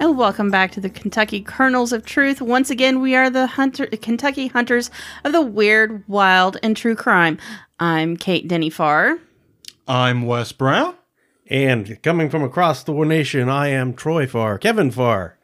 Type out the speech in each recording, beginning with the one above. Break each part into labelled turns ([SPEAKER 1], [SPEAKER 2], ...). [SPEAKER 1] And welcome back to the Kentucky Kernels of Truth. Once again, we are the hunter, Kentucky hunters of the weird, wild, and true crime. I'm Kate Denny Farr.
[SPEAKER 2] I'm Wes Brown.
[SPEAKER 3] And coming from across the nation, I am Troy Farr, Kevin Farr,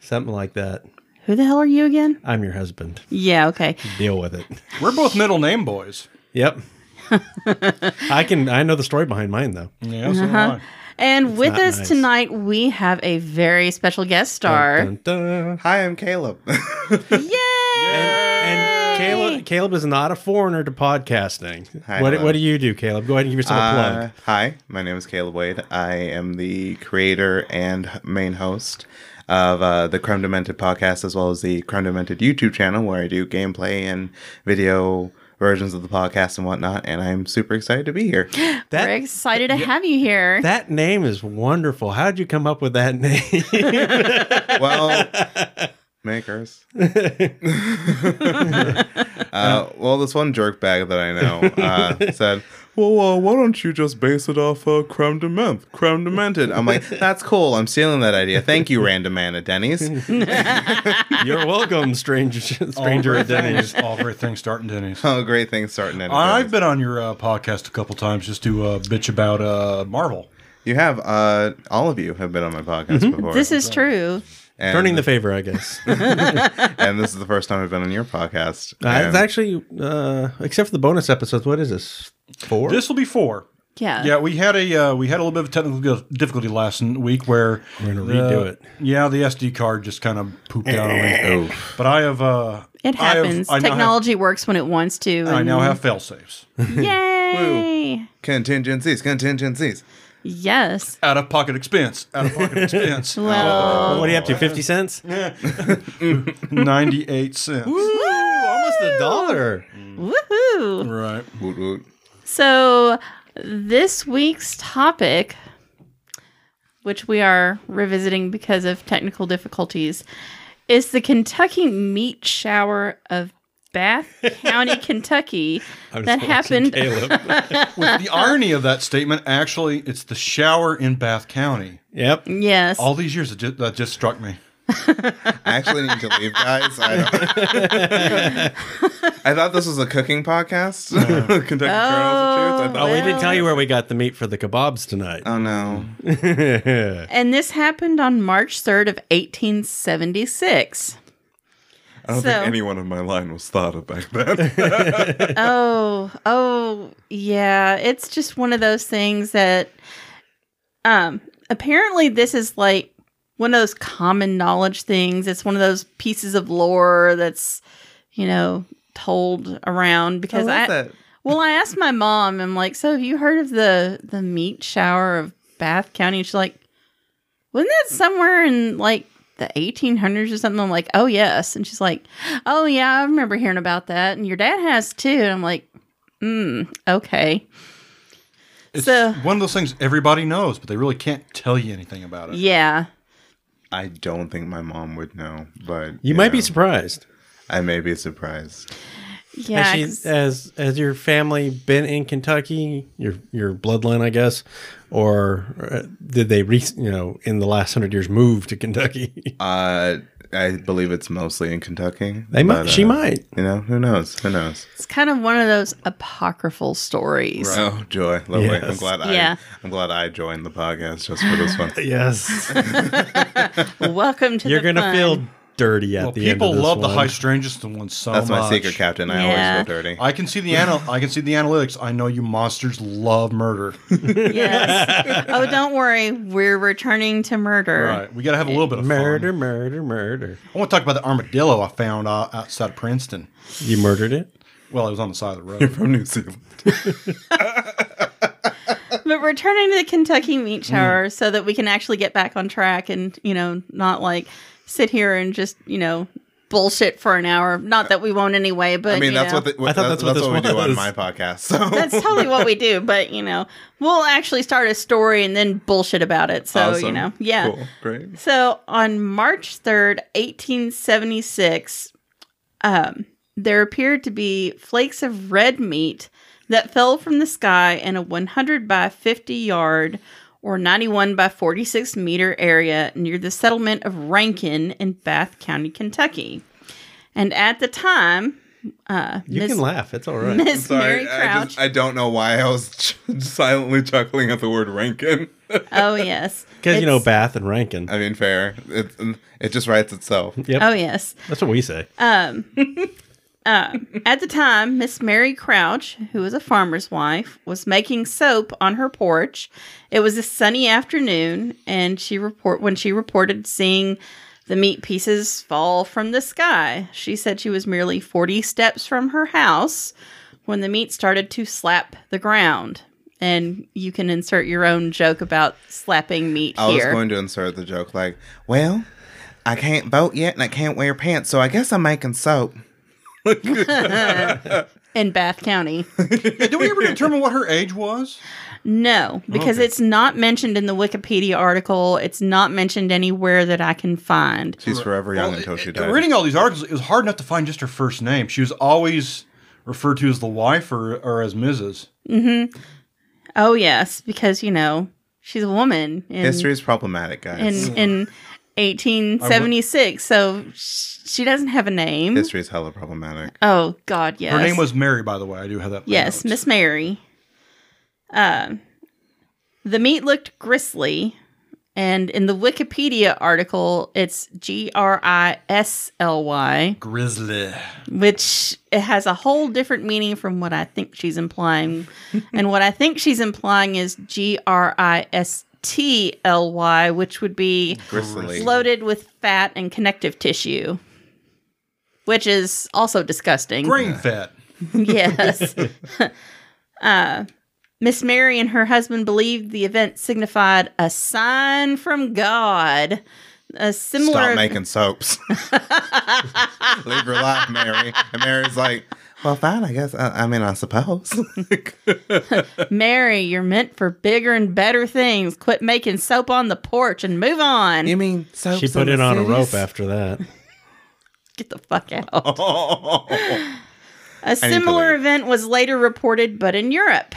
[SPEAKER 3] something like that.
[SPEAKER 1] Who the hell are you again?
[SPEAKER 3] I'm your husband.
[SPEAKER 1] Yeah, okay.
[SPEAKER 3] Deal with it.
[SPEAKER 2] We're both middle name boys.
[SPEAKER 3] Yep. I can. I know the story behind mine though.
[SPEAKER 2] Yeah, so am I.
[SPEAKER 1] And with
[SPEAKER 3] not
[SPEAKER 1] us
[SPEAKER 3] nice.
[SPEAKER 1] tonight, we have a very special guest star.
[SPEAKER 3] Dun, dun.
[SPEAKER 4] Hi, I'm Caleb.
[SPEAKER 1] Yay!
[SPEAKER 3] And Caleb, Caleb is not a foreigner to podcasting.
[SPEAKER 4] Hi,
[SPEAKER 3] what,
[SPEAKER 4] hello.
[SPEAKER 3] what do you do, Caleb? Go ahead and give yourself a plug.
[SPEAKER 4] Uh, hi, my name is Caleb Wade. I am the creator and h- main host of uh, the Crime Demented podcast, as well as the Crime Demented YouTube channel, where I do gameplay and video versions of the podcast and whatnot. And I'm super excited to be here.
[SPEAKER 3] That-
[SPEAKER 1] We're excited to have you here.
[SPEAKER 3] That name is wonderful. How did you come up with that name?
[SPEAKER 4] well, makers. uh, well, this one jerk bag that I know uh, said, "Well, uh, why don't you just base it off uh, creme de menthe, creme de mented?" I'm like, "That's cool. I'm stealing that idea. Thank you, random man at Denny's."
[SPEAKER 3] You're welcome, stranger. Stranger
[SPEAKER 2] All
[SPEAKER 3] at
[SPEAKER 2] great
[SPEAKER 3] Denny's.
[SPEAKER 2] things- All great things start in Denny's.
[SPEAKER 4] oh, great things starting at
[SPEAKER 2] I've
[SPEAKER 4] Denny's.
[SPEAKER 2] been on your uh, podcast a couple times just to uh, bitch about uh, Marvel.
[SPEAKER 4] You have uh, all of you have been on my podcast before.
[SPEAKER 1] This is true.
[SPEAKER 4] and,
[SPEAKER 3] Turning the favor, I guess. uh,
[SPEAKER 4] and this is the first time I've been on your podcast.
[SPEAKER 3] it's
[SPEAKER 4] And
[SPEAKER 3] actually, uh, except for the bonus episodes. What is this? Four.
[SPEAKER 2] This will be four.
[SPEAKER 1] Yeah.
[SPEAKER 2] Yeah, we had a uh, we had a little bit of technical dif- difficulty last n- week where we're
[SPEAKER 3] gonna redo it.
[SPEAKER 2] Yeah, the SD card just kind of pooped out on me.
[SPEAKER 4] oh,
[SPEAKER 2] But I have uh,
[SPEAKER 1] It
[SPEAKER 2] I have-
[SPEAKER 1] happens.
[SPEAKER 2] I now have-
[SPEAKER 1] Technology works when it wants to.
[SPEAKER 2] I
[SPEAKER 1] and-
[SPEAKER 2] now have fail safes.
[SPEAKER 1] Yay!
[SPEAKER 4] contingencies, contingencies.
[SPEAKER 1] Yes.
[SPEAKER 2] Out of pocket expense. Out of pocket expense.
[SPEAKER 1] Well,
[SPEAKER 2] Oh.
[SPEAKER 3] What are you up to? Fifty cents? Ooh,
[SPEAKER 2] Ninety eight cents.
[SPEAKER 3] almost a dollar.
[SPEAKER 1] woohoo!
[SPEAKER 2] Right.
[SPEAKER 4] Woot woot.
[SPEAKER 1] So, this week's topic, which we are revisiting because of technical difficulties, is the Kentucky meat shower of Bath County, Kentucky, that happened.
[SPEAKER 3] Caleb.
[SPEAKER 2] With the irony of that statement, actually, it's the shower in Bath County.
[SPEAKER 3] yep.
[SPEAKER 1] Yes.
[SPEAKER 2] All these years, it just, that just struck me.
[SPEAKER 4] I actually need to leave, guys. I, don't... I thought this was a cooking podcast. Kentucky Kernels of Truth. I
[SPEAKER 3] Oh,
[SPEAKER 4] thought,
[SPEAKER 3] we didn't tell you where we got the meat for the kebabs tonight.
[SPEAKER 4] oh no.
[SPEAKER 1] and this happened on March 3rd of 1876.
[SPEAKER 4] I don't
[SPEAKER 1] So-
[SPEAKER 4] think anyone in my line was thought of back then.
[SPEAKER 1] oh, oh, yeah. It's just one of those things that, um, apparently this is like one of those common knowledge things. It's one of those pieces of lore that's, you know, told around because
[SPEAKER 2] Oh,
[SPEAKER 1] I, well, I asked my mom, I'm like, so have you heard of the, the meat shower of Bath County? And she's like, wasn't that somewhere in like the 1800s or something? I'm like, oh, yes. And she's like, oh, yeah, I remember hearing about that. And your dad has too. And I'm like, mm, okay.
[SPEAKER 2] It's
[SPEAKER 1] So-
[SPEAKER 2] one of those things everybody knows, but they really can't tell you anything about it.
[SPEAKER 1] Yeah.
[SPEAKER 4] I don't think my mom would know, but
[SPEAKER 3] You might be
[SPEAKER 4] know,
[SPEAKER 3] surprised.
[SPEAKER 4] I may be surprised.
[SPEAKER 1] Yeah.
[SPEAKER 3] has,
[SPEAKER 1] 'cause-
[SPEAKER 3] she, has has your family been in Kentucky? Your your bloodline, I guess, or uh, did they, re- you know, in the last hundred years, move to Kentucky?
[SPEAKER 4] Uh, I believe it's mostly in Kentucky.
[SPEAKER 3] they might.
[SPEAKER 4] but,
[SPEAKER 3] she
[SPEAKER 4] uh,
[SPEAKER 3] might.
[SPEAKER 4] You know, who knows? Who knows?
[SPEAKER 1] it's kind of one of those apocryphal stories.
[SPEAKER 4] Oh, joy! Lovely. I'm
[SPEAKER 3] Yes.
[SPEAKER 4] glad. I,
[SPEAKER 1] Yeah.
[SPEAKER 4] I'm glad I joined the podcast just for this one.
[SPEAKER 3] Yes,
[SPEAKER 1] Welcome to
[SPEAKER 3] you're
[SPEAKER 1] the
[SPEAKER 3] gonna
[SPEAKER 1] fun.
[SPEAKER 3] feel dirty at
[SPEAKER 2] Well,
[SPEAKER 3] the end.
[SPEAKER 2] people
[SPEAKER 3] of this
[SPEAKER 2] love the
[SPEAKER 3] one.
[SPEAKER 2] high strangest the one so
[SPEAKER 4] That's my
[SPEAKER 2] much.
[SPEAKER 4] secret, Captain.
[SPEAKER 1] Yeah.
[SPEAKER 4] I always feel dirty.
[SPEAKER 2] I can see the anal- I can see the analytics. I know you monsters love murder.
[SPEAKER 1] Yes. oh, don't worry. We're returning to murder.
[SPEAKER 2] right. We got to have a little bit of
[SPEAKER 3] murder,
[SPEAKER 2] Fun.
[SPEAKER 3] murder, murder.
[SPEAKER 2] I want to talk about the armadillo I found uh, outside of Princeton.
[SPEAKER 3] You murdered it.
[SPEAKER 2] Well, it was on the side of the road.
[SPEAKER 4] from New Zealand.
[SPEAKER 1] But returning to the Kentucky
[SPEAKER 4] Mm.
[SPEAKER 1] meat shower so that we can actually get back on track and, you know, not like sit here and just, you know, bullshit for an hour. Not that we won't anyway, but
[SPEAKER 4] I mean,
[SPEAKER 1] you
[SPEAKER 4] that's
[SPEAKER 1] know,
[SPEAKER 4] what, the,
[SPEAKER 3] I thought that's
[SPEAKER 4] that's,
[SPEAKER 3] what
[SPEAKER 4] that's
[SPEAKER 3] this
[SPEAKER 4] what we do on
[SPEAKER 3] was.
[SPEAKER 4] my podcast. So
[SPEAKER 1] that's totally what we do, but you know, we'll actually start a story and then bullshit about it. So, you
[SPEAKER 4] Awesome.
[SPEAKER 1] know, yeah.
[SPEAKER 4] Cool. Great.
[SPEAKER 1] So on March 3rd, 1876, um, there appeared to be flakes of red meat that fell from the sky in a 100 by 50 yard or 91 by 46 meter area near the settlement of Rankin in Bath County, Kentucky. And at the time, uh,
[SPEAKER 3] You
[SPEAKER 1] Miss,
[SPEAKER 3] can laugh. It's all right.
[SPEAKER 1] Miss Mary
[SPEAKER 4] I,
[SPEAKER 1] Crouch.
[SPEAKER 4] just, I don't know why I was silently chuckling at the word Rankin.
[SPEAKER 1] oh, yes.
[SPEAKER 3] Because, you know,
[SPEAKER 1] It's-
[SPEAKER 3] Bath and Rankin.
[SPEAKER 4] I mean, fair. It, it just writes itself.
[SPEAKER 3] Yep.
[SPEAKER 1] Oh, yes.
[SPEAKER 3] That's what we say.
[SPEAKER 1] Uh, At the time, Miss Mary Crouch, who was a farmer's wife, was making soap on her porch. It was a sunny afternoon, and she report when she reported seeing the meat pieces fall from the sky. She said she was merely 40 steps from her house when the meat started to slap the ground. And you can insert your own joke about slapping meat
[SPEAKER 4] I was
[SPEAKER 1] here.
[SPEAKER 4] going to insert the joke like, well, I can't vote yet and I can't wear pants, so I guess I'm making soap.
[SPEAKER 1] in Bath County.
[SPEAKER 2] Did we ever determine what her age was?
[SPEAKER 1] No, because
[SPEAKER 2] Okay.
[SPEAKER 1] it's not mentioned in the Wikipedia article. It's not mentioned anywhere that I can find.
[SPEAKER 4] She's forever young
[SPEAKER 2] Well,
[SPEAKER 4] until
[SPEAKER 2] it-
[SPEAKER 4] she
[SPEAKER 2] it-
[SPEAKER 4] dies.
[SPEAKER 2] Reading all these articles, it was hard enough to find just her first name. She was always referred to as the wife or, or as Mrs.
[SPEAKER 1] Oh yes, because you know she's a woman in
[SPEAKER 4] History is problematic, guys.
[SPEAKER 1] in in 1876, so sh- she doesn't have a name.
[SPEAKER 4] History is hella problematic.
[SPEAKER 1] Oh God, yes.
[SPEAKER 2] Her name was Mary, by the way. I do have that.
[SPEAKER 1] yes,
[SPEAKER 2] pronounced.
[SPEAKER 1] Miss Mary. Um, the meat looked gristly, and in the Wikipedia article, it's G R I S L Y.
[SPEAKER 2] Grizzly.
[SPEAKER 1] which it has a whole different meaning from what I think she's implying. and what I think she's implying is G R I S T L Y, which would be
[SPEAKER 4] Gristly.
[SPEAKER 1] loaded with fat and connective tissue, which is also disgusting.
[SPEAKER 2] Brain fat.
[SPEAKER 1] Yes. uh, Miss Mary and her husband believed the event signified a sign from God. A similar
[SPEAKER 4] Stop making soaps. Leave your life, Mary. And Mary's like, well, fine, I guess. I, I mean, I suppose.
[SPEAKER 1] Mary, you're meant for bigger and better things. Quit making soap on the porch and move on.
[SPEAKER 4] you mean soaps?
[SPEAKER 3] She put
[SPEAKER 4] in
[SPEAKER 3] it
[SPEAKER 4] the
[SPEAKER 3] on a rope
[SPEAKER 4] cities?
[SPEAKER 3] after that.
[SPEAKER 1] Get the fuck out.
[SPEAKER 4] Oh.
[SPEAKER 1] A
[SPEAKER 4] to
[SPEAKER 1] similar
[SPEAKER 4] leave.
[SPEAKER 1] event was later reported, but in Europe.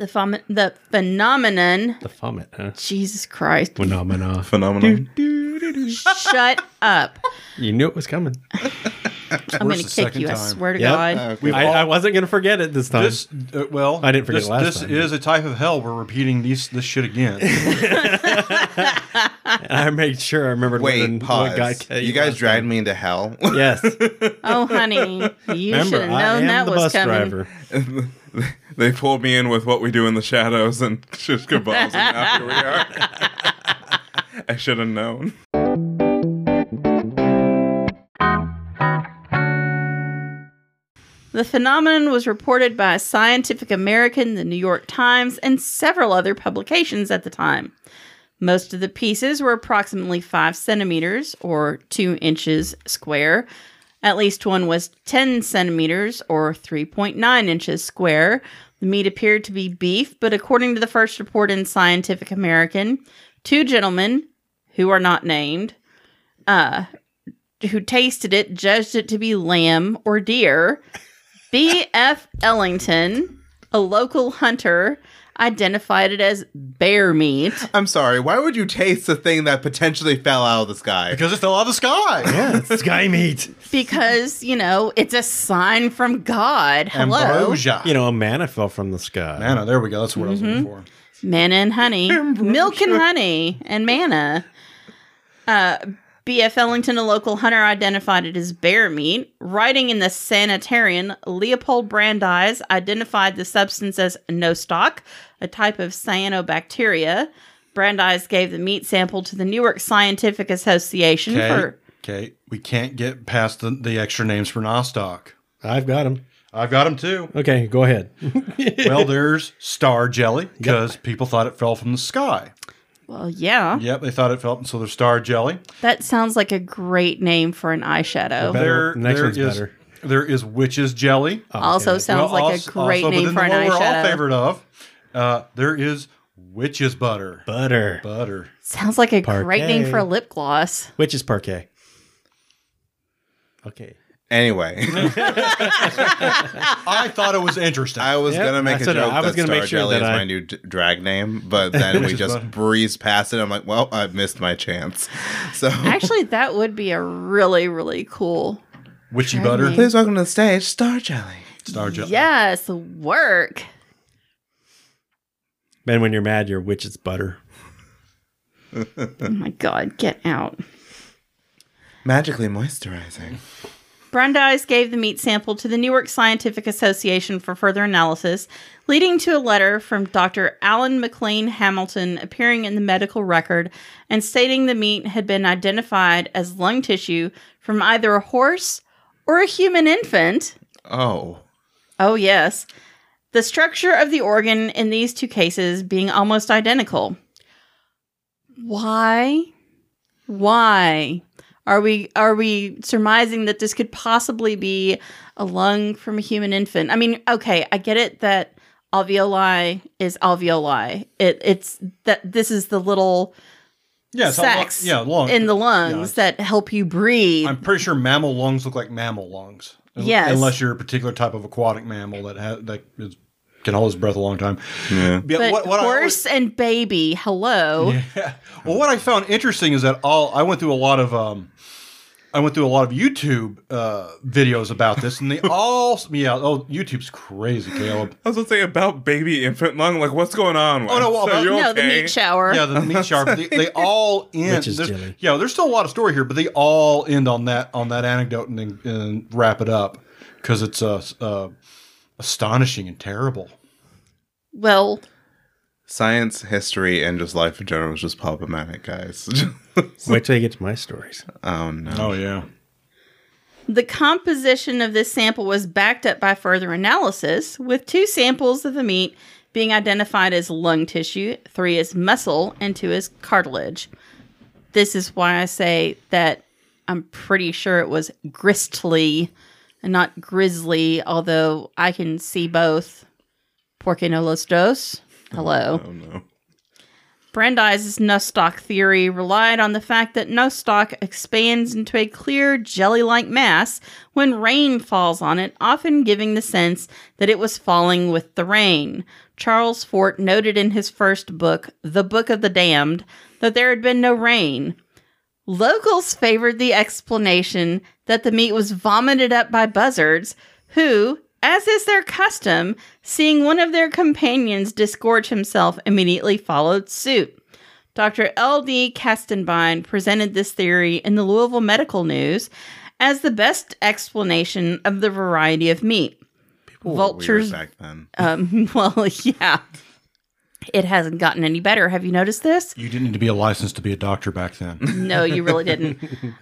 [SPEAKER 1] The, pho- the phenomenon.
[SPEAKER 3] The vomit, huh?
[SPEAKER 1] Jesus Christ.
[SPEAKER 3] Phenomena.
[SPEAKER 4] Phenomenal.
[SPEAKER 1] Shut up.
[SPEAKER 3] You knew it was coming.
[SPEAKER 1] I'm going to
[SPEAKER 2] the
[SPEAKER 1] kick
[SPEAKER 2] second
[SPEAKER 1] you. I
[SPEAKER 2] time.
[SPEAKER 1] swear to
[SPEAKER 3] Yep.
[SPEAKER 1] God.
[SPEAKER 2] We've
[SPEAKER 3] I,
[SPEAKER 2] all-
[SPEAKER 3] I wasn't going to forget it this time.
[SPEAKER 2] This uh, well,
[SPEAKER 3] I didn't forget
[SPEAKER 2] this,
[SPEAKER 3] last
[SPEAKER 2] This
[SPEAKER 3] time.
[SPEAKER 2] is a type of hell. We're repeating these this shit again.
[SPEAKER 3] I made sure I remembered what,
[SPEAKER 4] Wait,
[SPEAKER 3] what
[SPEAKER 4] pause.
[SPEAKER 3] got killed
[SPEAKER 4] You guys
[SPEAKER 3] last
[SPEAKER 4] dragged
[SPEAKER 3] time.
[SPEAKER 4] me into hell.
[SPEAKER 3] Yes.
[SPEAKER 1] Oh, honey. You should
[SPEAKER 3] Remember,
[SPEAKER 1] have
[SPEAKER 3] I
[SPEAKER 1] known
[SPEAKER 3] am
[SPEAKER 1] that
[SPEAKER 3] the
[SPEAKER 1] was
[SPEAKER 3] bus
[SPEAKER 1] coming.
[SPEAKER 3] driver.
[SPEAKER 4] they pulled me in with what we do in the shadows and shish kebabs, and now here we are. I should have known.
[SPEAKER 1] The phenomenon was reported by Scientific American, the New York Times, and several other publications at the time. Most of the pieces were approximately five centimeters or two inches square. At least one was 10 centimeters or 3.9 inches square. The meat appeared to be beef, but according to the first report in Scientific American, two gentlemen, who are not named, uh, who tasted it judged it to be lamb or deer. B.F. Ellington, a local hunter, identified it as bear meat.
[SPEAKER 4] I'm sorry. Why would you taste the thing that potentially fell out of the sky?
[SPEAKER 2] because it fell out of the sky.
[SPEAKER 3] Yeah, it's sky meat.
[SPEAKER 1] because you know it's a sign from God. Hello,
[SPEAKER 2] Ambrosia.
[SPEAKER 3] You know, a manna fell from the sky.
[SPEAKER 2] Manna, there we go. That's what I
[SPEAKER 1] Mm-hmm.
[SPEAKER 2] was looking for.
[SPEAKER 1] manna and honey, milk and honey, and manna. Uh, B.F. Ellington, a local hunter, identified it as bear meat. Writing in the Sanitarian, Leopold Brandeis identified the substance as nostoc, a type of cyanobacteria. Brandeis gave the meat sample to the New York Scientific Association
[SPEAKER 2] Okay.
[SPEAKER 1] for.
[SPEAKER 2] Okay. We can't get past the, the extra names for Nostoc.
[SPEAKER 3] I've got him.
[SPEAKER 2] I've got them too.
[SPEAKER 3] Okay, go ahead.
[SPEAKER 2] well, there's star jelly because people thought it fell from the sky.
[SPEAKER 1] Well, yeah,
[SPEAKER 2] Yep, they thought it fell, and so there's star jelly.
[SPEAKER 1] that sounds like a great name for an eyeshadow.
[SPEAKER 3] Better-
[SPEAKER 2] There,
[SPEAKER 3] next
[SPEAKER 2] there
[SPEAKER 3] one's
[SPEAKER 2] is-
[SPEAKER 3] better.
[SPEAKER 2] there is witch's jelly.
[SPEAKER 1] also sounds
[SPEAKER 2] Well,
[SPEAKER 1] like
[SPEAKER 2] als-
[SPEAKER 1] a great
[SPEAKER 2] also
[SPEAKER 1] name
[SPEAKER 2] within
[SPEAKER 1] for an
[SPEAKER 2] the one We're all
[SPEAKER 1] eyeshadow.
[SPEAKER 2] favorite of. Uh, there is witch's butter.
[SPEAKER 3] Butter,
[SPEAKER 2] Butter.
[SPEAKER 1] Sounds like a great name
[SPEAKER 3] Parquet.
[SPEAKER 1] for a lip gloss.
[SPEAKER 3] which is parquet. Okay.
[SPEAKER 4] Anyway,
[SPEAKER 2] I thought it was interesting.
[SPEAKER 4] I was
[SPEAKER 3] Yep,
[SPEAKER 4] gonna make
[SPEAKER 3] I
[SPEAKER 4] a
[SPEAKER 3] said it.
[SPEAKER 4] joke
[SPEAKER 3] I was
[SPEAKER 4] that
[SPEAKER 3] gonna
[SPEAKER 4] Star
[SPEAKER 3] make sure
[SPEAKER 4] Jelly
[SPEAKER 3] that
[SPEAKER 4] is
[SPEAKER 3] I-
[SPEAKER 4] my new d- drag name, but then we
[SPEAKER 2] is
[SPEAKER 4] just
[SPEAKER 2] fine.
[SPEAKER 4] breezed past it. I'm like, well, I missed my chance. So
[SPEAKER 1] Actually, that would be a really, really cool.
[SPEAKER 2] Witchy butter.
[SPEAKER 1] Training.
[SPEAKER 4] please welcome to the stage, Star Jelly.
[SPEAKER 2] Star Jelly.
[SPEAKER 1] Yes, work.
[SPEAKER 3] Man, when you're mad, you're witch's butter.
[SPEAKER 1] Oh my God, get out.
[SPEAKER 4] Magically moisturizing.
[SPEAKER 1] Brandeis gave the meat sample to the Newark Scientific Association for further analysis, leading to a letter from Dr. Alan McLean Hamilton appearing in the medical record and stating the meat had been identified as lung tissue from either a horse or a human infant.
[SPEAKER 4] Oh,
[SPEAKER 1] Oh, yes. The structure of the organ in these two cases being almost identical. Why? Why are we are we surmising that this could possibly be a lung from a human infant? I mean, okay, I get it that alveoli is alveoli. It it's that this is the little
[SPEAKER 2] Yeah, it's how long-
[SPEAKER 1] Sex
[SPEAKER 2] Oh, yeah, long.
[SPEAKER 1] in the lungs that help you breathe.
[SPEAKER 2] I'm pretty sure mammal lungs look like mammal lungs. Un-
[SPEAKER 1] Yes.
[SPEAKER 2] Unless you're a particular type of aquatic mammal that ha- that is, can hold its breath a long time.
[SPEAKER 4] yeah.
[SPEAKER 2] Yeah,
[SPEAKER 1] but
[SPEAKER 2] I always-
[SPEAKER 1] horse and baby, hello.
[SPEAKER 2] Yeah. Well, what I found interesting is that all I went through a lot of um, I went through a lot of YouTube uh, videos about this, and they all yeah. Oh, YouTube's crazy, Caleb.
[SPEAKER 4] I was gonna say about baby infant lung. Like, what's going on?
[SPEAKER 2] Oh, no, well, about-
[SPEAKER 4] you
[SPEAKER 1] No, the meat shower.
[SPEAKER 2] Yeah, the meat sharp. They, they all end.
[SPEAKER 3] Which is
[SPEAKER 2] there's-
[SPEAKER 3] jelly.
[SPEAKER 2] Yeah, there's still a lot of story here, but they all end on that on that anecdote and, then- and wrap it up because it's uh, s- uh, astonishing and terrible.
[SPEAKER 1] Well,
[SPEAKER 4] Science, history, and just life in general is just problematic, guys.
[SPEAKER 3] Wait till you get to my stories.
[SPEAKER 4] oh no.
[SPEAKER 2] Oh yeah.
[SPEAKER 1] The composition of this sample was backed up by further analysis, with two samples of the meat being identified as lung tissue, three as muscle, and two as cartilage. This is why I say that I'm pretty sure it was gristly and not grizzly, although I can see both. Porque no los dos? Hello.
[SPEAKER 4] Oh no.
[SPEAKER 1] Brandeis' Nustock theory relied on the fact that Nustock expands into a clear, jelly like mass when rain falls on it, often giving the sense that it was falling with the rain. Charles Fort noted in his first book, The Book of the Damned, that there had been no rain. Locals favored the explanation that the meat was vomited up by buzzards, who, as is their custom, seeing one of their companions disgorge himself, immediately followed suit. Dr. L.D. Kastenbein presented this theory in the Louisville Medical News as the best explanation of the variety of meat.
[SPEAKER 4] People were weird
[SPEAKER 1] Vultures-
[SPEAKER 4] back then.
[SPEAKER 1] Um, well, yeah. It hasn't gotten any better. Have you noticed this?
[SPEAKER 2] You didn't need to be a license to be a doctor back then.
[SPEAKER 1] No, you really didn't.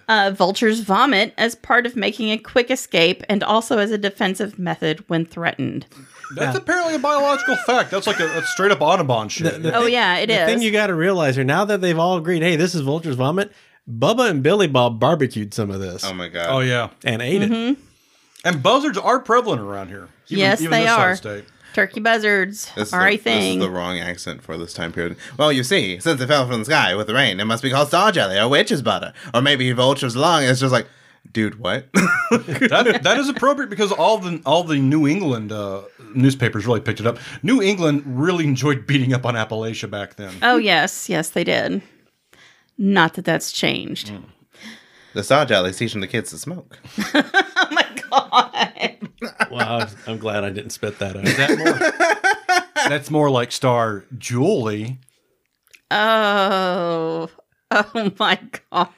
[SPEAKER 1] Uh, vultures vomit as part of making a quick escape and also as a defensive method when threatened.
[SPEAKER 2] That's apparently a biological fact. That's like a, a straight up Audubon shit.
[SPEAKER 1] Oh, yeah, it is.
[SPEAKER 3] The thing you got to realize here, now that they've all agreed, hey, this is vulture's vomit, Bubba and Billy Bob barbecued some of this
[SPEAKER 4] Oh my Mm-hmm. god.
[SPEAKER 2] oh yeah,
[SPEAKER 3] and ate it.
[SPEAKER 2] and buzzards are prevalent around here.
[SPEAKER 1] Yes, they
[SPEAKER 2] side
[SPEAKER 1] are.
[SPEAKER 2] of the state.
[SPEAKER 1] Turkey buzzards
[SPEAKER 4] This is,
[SPEAKER 1] are
[SPEAKER 4] the,
[SPEAKER 1] a thing.
[SPEAKER 4] this is the wrong accent for this time period. Well, you see, since it fell from the sky with the rain, it must be called star jelly or witch's butter. Or maybe vulture's lung. It's just like, dude, what?
[SPEAKER 2] that, that is appropriate because all the all the New England uh, newspapers really picked it up. New England really enjoyed beating up on Appalachia back then.
[SPEAKER 1] oh, yes, yes, they did. Not that that's changed.
[SPEAKER 4] Hmm. the star jelly's teaching the kids to smoke.
[SPEAKER 1] Oh my god!
[SPEAKER 3] Wow, I'm glad I didn't spit that out.
[SPEAKER 2] That more, that's more like Star Julie.
[SPEAKER 1] Oh, oh my god!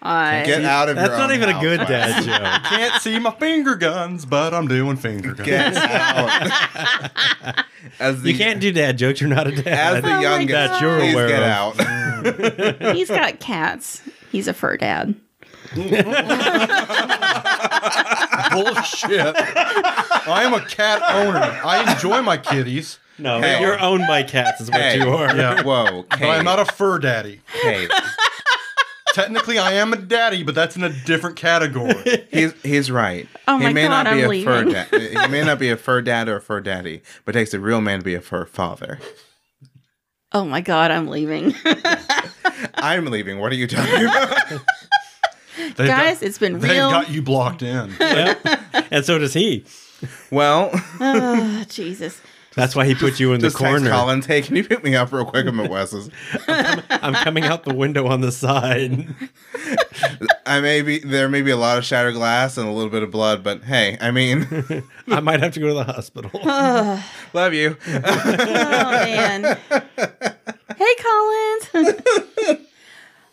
[SPEAKER 4] Get out of
[SPEAKER 3] That's
[SPEAKER 4] your
[SPEAKER 3] not
[SPEAKER 4] own
[SPEAKER 3] even a
[SPEAKER 4] house,
[SPEAKER 3] good
[SPEAKER 4] Mark.
[SPEAKER 3] dad joke.
[SPEAKER 2] Can't see my finger guns, but I'm doing finger guns.
[SPEAKER 4] Get out. As the,
[SPEAKER 3] You can't do dad jokes. You're not a
[SPEAKER 4] As
[SPEAKER 3] dad.
[SPEAKER 4] the
[SPEAKER 1] Oh my
[SPEAKER 4] youngest,
[SPEAKER 1] God.
[SPEAKER 3] That you're
[SPEAKER 4] please
[SPEAKER 3] aware
[SPEAKER 4] get
[SPEAKER 3] of.
[SPEAKER 4] out.
[SPEAKER 1] He's got cats. He's a fur dad.
[SPEAKER 2] Bullshit. I am a cat owner. I enjoy my kitties,
[SPEAKER 3] no,
[SPEAKER 4] Hey.
[SPEAKER 3] you're owned by cats, is what
[SPEAKER 4] Hey.
[SPEAKER 3] you are.
[SPEAKER 2] Yeah.
[SPEAKER 4] Whoa,
[SPEAKER 2] but I
[SPEAKER 4] Kate.
[SPEAKER 2] am not a fur daddy.
[SPEAKER 4] Kate.
[SPEAKER 2] Technically, I am a daddy, but that's in a different category.
[SPEAKER 4] He's he's right.
[SPEAKER 1] Oh my
[SPEAKER 4] he may
[SPEAKER 1] God,
[SPEAKER 4] not be
[SPEAKER 1] I'm
[SPEAKER 4] a fur
[SPEAKER 1] leaving.
[SPEAKER 4] dad. He may not be a fur dad or a fur daddy, but it takes a real man to be a fur father.
[SPEAKER 1] Oh my god! I'm leaving.
[SPEAKER 4] I'm leaving. What are you talking about?
[SPEAKER 2] They've
[SPEAKER 1] Guys,
[SPEAKER 2] got-
[SPEAKER 1] it's been
[SPEAKER 2] they've
[SPEAKER 1] real.
[SPEAKER 2] got you blocked in.
[SPEAKER 3] Yeah. and so does he.
[SPEAKER 4] Well,
[SPEAKER 1] oh, Jesus.
[SPEAKER 3] That's why he put you in the
[SPEAKER 4] just text
[SPEAKER 3] corner.
[SPEAKER 4] Collins, hey, can you pick me up real quick? I'm at Wes's.
[SPEAKER 3] I'm coming out the window on the side.
[SPEAKER 4] I may be there may be a lot of shattered glass and a little bit of blood, but hey, I mean,
[SPEAKER 3] I might have to go to the hospital.
[SPEAKER 1] Ugh.
[SPEAKER 4] love you.
[SPEAKER 1] Oh, man. hey, Collins.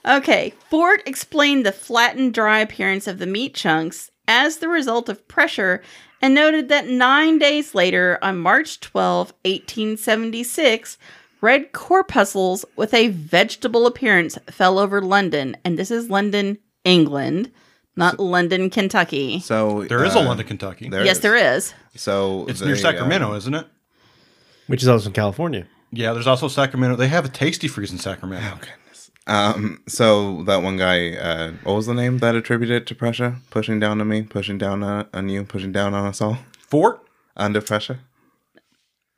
[SPEAKER 1] okay. Ford explained the flattened, dry appearance of the meat chunks as the result of pressure and noted that nine days later, on March 12, 1876, red corpuscles with a vegetable appearance fell over London. And this is London, England, not London, Kentucky.
[SPEAKER 4] So
[SPEAKER 2] There is a
[SPEAKER 4] uh,
[SPEAKER 2] London, Kentucky.
[SPEAKER 4] there
[SPEAKER 1] yes,
[SPEAKER 4] is.
[SPEAKER 1] there is.
[SPEAKER 4] So
[SPEAKER 2] It's
[SPEAKER 4] they,
[SPEAKER 2] near
[SPEAKER 4] uh,
[SPEAKER 2] Sacramento, isn't it?
[SPEAKER 3] Which is also in California.
[SPEAKER 2] Yeah, there's also Sacramento. They have a tasty freeze in Sacramento.
[SPEAKER 4] Um, so that one guy, uh, what was the name that attributed it to pressure? Pushing down on me, pushing down on, on you, pushing down on us all.
[SPEAKER 2] Fort?
[SPEAKER 4] Under pressure.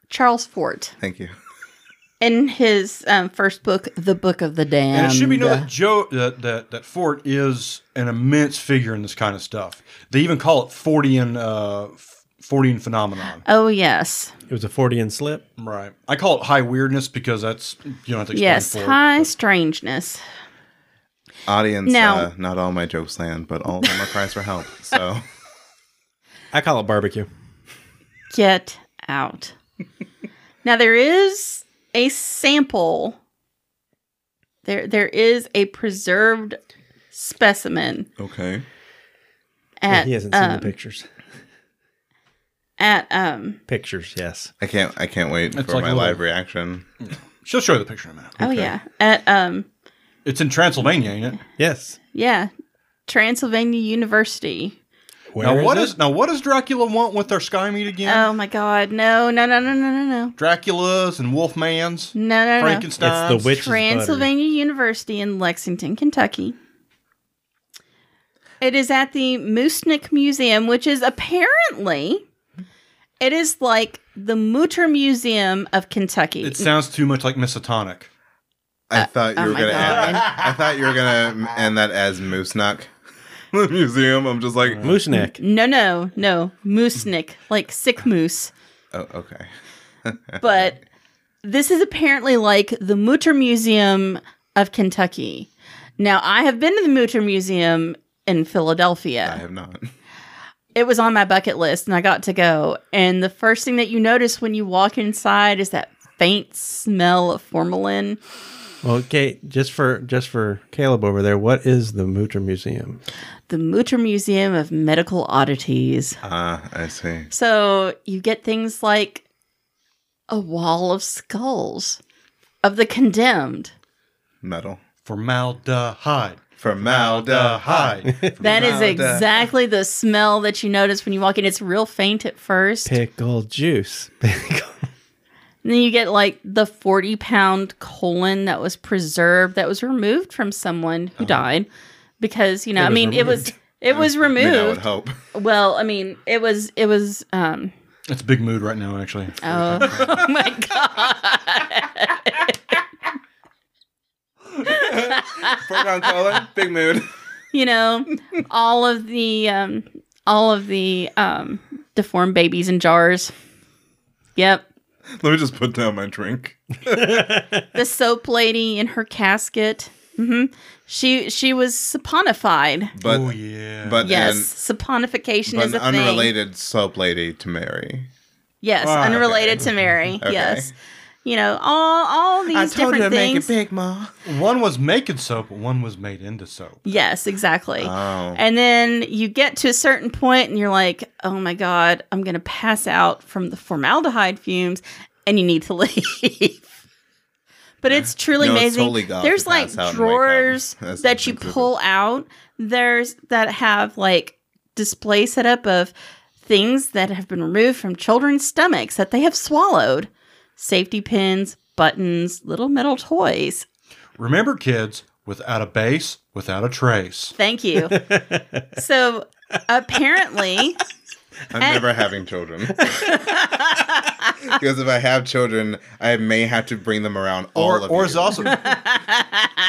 [SPEAKER 1] Charles Ford.
[SPEAKER 4] Thank you.
[SPEAKER 1] in his um, first book, The Book of the Damned.
[SPEAKER 2] And it should be
[SPEAKER 1] uh,
[SPEAKER 2] known that Joe that, that that Fort is an immense figure in this kind of stuff. They even call it Fortian uh F- Fortian phenomenon.
[SPEAKER 1] Oh yes,
[SPEAKER 3] It was a 40 and slip.
[SPEAKER 2] Right. I call it high weirdness because that's you don't have to explain
[SPEAKER 1] yes,
[SPEAKER 2] Fort.
[SPEAKER 1] high strangeness.
[SPEAKER 4] Audience,
[SPEAKER 1] Now-
[SPEAKER 4] uh, not all my jokes land, but all of them are cries for help. So
[SPEAKER 3] I call it barbecue.
[SPEAKER 1] Get out. now there is a sample. There, there is a preserved specimen
[SPEAKER 4] Okay.
[SPEAKER 3] Yeah,
[SPEAKER 1] at
[SPEAKER 3] he hasn't seen
[SPEAKER 1] um,
[SPEAKER 3] the pictures.
[SPEAKER 1] at um.
[SPEAKER 3] Pictures, yes.
[SPEAKER 4] I can't I can't wait
[SPEAKER 2] It's
[SPEAKER 4] for
[SPEAKER 2] like
[SPEAKER 4] my
[SPEAKER 2] a little-
[SPEAKER 4] live reaction.
[SPEAKER 2] She'll show you the picture in a minute.
[SPEAKER 1] Oh yeah, at um.
[SPEAKER 2] It's in Transylvania, ain't it?
[SPEAKER 3] Yes.
[SPEAKER 1] Yeah, Transylvania University.
[SPEAKER 2] now what
[SPEAKER 3] it?
[SPEAKER 2] is, now what does Dracula want with their sky meat again?
[SPEAKER 1] Oh my God! No! No! No! No! No! No! No!
[SPEAKER 2] Dracula's and Wolfman's,
[SPEAKER 1] No! No! no.
[SPEAKER 3] It's
[SPEAKER 2] Frankenstein's.
[SPEAKER 3] the witch- Which is butter.
[SPEAKER 1] Transylvania University in Lexington, Kentucky. It is at the Moosnick Museum, which is apparently it is like the Mutter Museum of Kentucky.
[SPEAKER 2] It sounds too much like Misotonic.
[SPEAKER 4] I thought you
[SPEAKER 1] oh
[SPEAKER 4] were
[SPEAKER 1] my
[SPEAKER 4] gonna end,
[SPEAKER 1] God.
[SPEAKER 4] I thought you were gonna end that as Moose Knock. the museum. I'm just like
[SPEAKER 3] Moose neck.
[SPEAKER 1] no, no, no, Moosnick, like sick moose.
[SPEAKER 4] Oh, okay.
[SPEAKER 1] But this is apparently like the Mutter Museum of Kentucky. Now, I have been to the Mutter Museum in Philadelphia.
[SPEAKER 4] I have not.
[SPEAKER 1] it was on my bucket list and I got to go. And the first thing that you notice when you walk inside is that faint smell of formalin.
[SPEAKER 3] Okay, just for just for Caleb over there, what is the Mutter Museum?
[SPEAKER 1] The Mutter Museum of Medical Oddities.
[SPEAKER 4] Ah, I see.
[SPEAKER 1] So you get things like a wall of skulls of the condemned.
[SPEAKER 4] Metal.
[SPEAKER 2] Formaldehyde.
[SPEAKER 4] Formaldehyde.
[SPEAKER 2] Formaldehyde.
[SPEAKER 1] That is
[SPEAKER 4] Wow, the-
[SPEAKER 1] exactly the smell that you notice when you walk in. It's real faint at first.
[SPEAKER 3] Pickle juice. Pickle.
[SPEAKER 1] And then you get like the 40 pound colon that was preserved, that was removed from someone
[SPEAKER 4] Uh-huh.
[SPEAKER 1] who died because, you know, I
[SPEAKER 3] was
[SPEAKER 1] mean, it was,
[SPEAKER 3] removed.
[SPEAKER 1] it was
[SPEAKER 4] I mean, I would
[SPEAKER 1] removed.
[SPEAKER 4] hope.
[SPEAKER 1] well, I mean, it was, it was, um,
[SPEAKER 2] That's big mood right now, actually.
[SPEAKER 1] oh, oh my God.
[SPEAKER 4] Foregone color, big mood.
[SPEAKER 1] you know, all of the, um, all of the, um, deformed babies in jars. Yep.
[SPEAKER 4] Let me just put down my drink.
[SPEAKER 1] the soap lady in her casket. hmm She she was saponified.
[SPEAKER 4] But
[SPEAKER 2] oh yeah.
[SPEAKER 4] but
[SPEAKER 1] Yes,
[SPEAKER 4] an,
[SPEAKER 1] saponification
[SPEAKER 4] but
[SPEAKER 1] is
[SPEAKER 4] an
[SPEAKER 1] a thing.
[SPEAKER 4] unrelated soap lady to Mary.
[SPEAKER 1] Yes,
[SPEAKER 2] Ah, okay.
[SPEAKER 1] unrelated to Mary.
[SPEAKER 4] Okay.
[SPEAKER 1] Yes, you know all all these different things.
[SPEAKER 4] big, ma.
[SPEAKER 2] one was making soap, one was made into soap.
[SPEAKER 1] yes, exactly.
[SPEAKER 4] Oh,
[SPEAKER 1] and then you get to a certain point and you're like, "Oh my god, I'm going to pass out from the formaldehyde fumes," and you need to leave. But it's truly
[SPEAKER 4] No, it's
[SPEAKER 1] amazing.
[SPEAKER 4] totally goth
[SPEAKER 1] There's
[SPEAKER 4] to
[SPEAKER 1] like
[SPEAKER 4] pass out and wake up.
[SPEAKER 1] drawers
[SPEAKER 4] That's
[SPEAKER 1] that you
[SPEAKER 4] expensive.
[SPEAKER 1] pull out. There's that have like display set up of things that have been removed from children's stomachs that they have swallowed. Safety pins, buttons, little metal toys.
[SPEAKER 2] Remember, kids, without a base, without a trace.
[SPEAKER 1] Thank you. so apparently
[SPEAKER 4] I'm never having children. because if I have children, I may have to bring them around all
[SPEAKER 2] or
[SPEAKER 4] of
[SPEAKER 2] or
[SPEAKER 4] you.
[SPEAKER 2] it's also hey,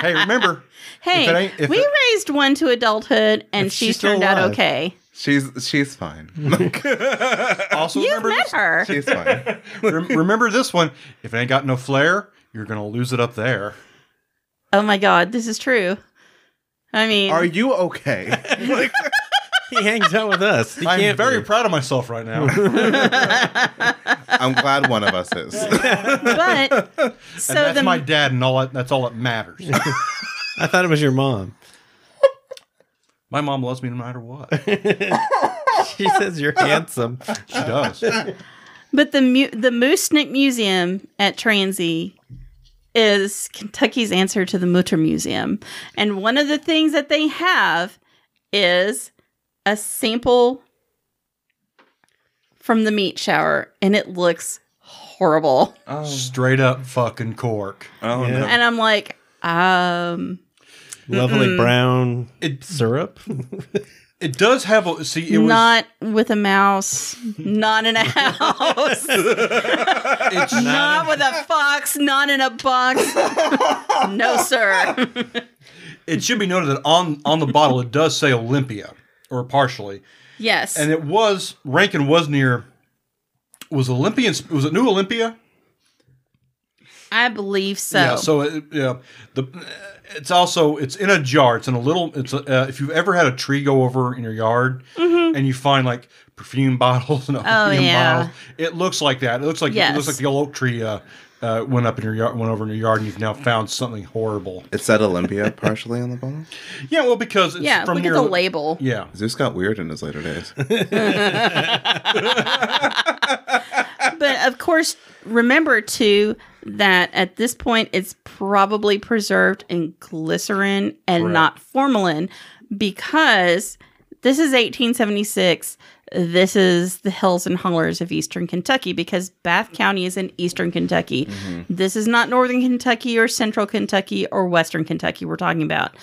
[SPEAKER 2] remember
[SPEAKER 1] Hey,
[SPEAKER 2] If it ain't- if
[SPEAKER 1] we
[SPEAKER 2] it-
[SPEAKER 1] raised one to adulthood, and
[SPEAKER 3] If
[SPEAKER 1] she's,
[SPEAKER 3] she's still
[SPEAKER 1] turned out
[SPEAKER 3] alive.
[SPEAKER 1] okay.
[SPEAKER 4] she's she's fine.
[SPEAKER 2] uh, also
[SPEAKER 1] You've
[SPEAKER 2] remember
[SPEAKER 1] met
[SPEAKER 2] this,
[SPEAKER 1] her.
[SPEAKER 4] she's fine.
[SPEAKER 2] rem- remember this one. If it ain't got no flair, you're gonna lose it up there.
[SPEAKER 1] Oh my god, this is true. I mean,
[SPEAKER 4] Are you okay?
[SPEAKER 3] He hangs out with us. He
[SPEAKER 2] I'm
[SPEAKER 3] can't
[SPEAKER 2] very
[SPEAKER 3] be.
[SPEAKER 2] proud of myself right now.
[SPEAKER 4] I'm glad one of us is.
[SPEAKER 1] but so
[SPEAKER 2] and that's
[SPEAKER 1] the
[SPEAKER 2] my dad, and all that, that's all that matters.
[SPEAKER 3] I thought it was your mom.
[SPEAKER 2] my mom loves me no matter what.
[SPEAKER 3] She says you're handsome.
[SPEAKER 2] She does.
[SPEAKER 4] Oh.
[SPEAKER 1] but the mu- the Mooseneck Museum at Transy is Kentucky's answer to the Mutter Museum, and one of the things that they have is a sample from the meat shower, and it looks horrible.
[SPEAKER 2] Straight up fucking cork.
[SPEAKER 4] Oh
[SPEAKER 3] Yeah.
[SPEAKER 1] And I'm like, um,
[SPEAKER 3] Lovely brown
[SPEAKER 2] It
[SPEAKER 3] syrup.
[SPEAKER 2] it does have a see. It was
[SPEAKER 1] not with a mouse, not in a house,
[SPEAKER 2] it's
[SPEAKER 1] not with a fox, not in a box. no, sir.
[SPEAKER 2] It should be noted that on on the bottle it does say Olympia or partially,
[SPEAKER 1] Yes.
[SPEAKER 2] and it was Rankin was near. Was Olympian? Was it New Olympia?
[SPEAKER 1] I believe so.
[SPEAKER 2] Yeah. So it, yeah, the it's also it's in a jar. It's in a little. It's a, uh, if you've ever had a tree go over in your yard and you find like perfume bottles and opium
[SPEAKER 1] Mm-hmm. Oh, yeah.
[SPEAKER 2] bottles, it looks like that. It looks like it
[SPEAKER 1] Yes.
[SPEAKER 2] looks like the old oak tree uh, uh, went up in your yard, went over in your yard, and you've now found something horrible.
[SPEAKER 4] It said Olympia partially on the bottle.
[SPEAKER 2] Yeah. Well, because it's
[SPEAKER 1] yeah,
[SPEAKER 2] from
[SPEAKER 1] look
[SPEAKER 2] near,
[SPEAKER 1] at the label.
[SPEAKER 2] Yeah.
[SPEAKER 4] Zeus got weird in his later days.
[SPEAKER 1] But of course, remember too that at this point it's probably preserved in glycerin and
[SPEAKER 2] Correct.
[SPEAKER 1] not formalin because this is 1876. This is the hills and hollers of eastern Kentucky because Bath County is in eastern Kentucky. This is not northern Kentucky or central Kentucky or western Kentucky we're talking about.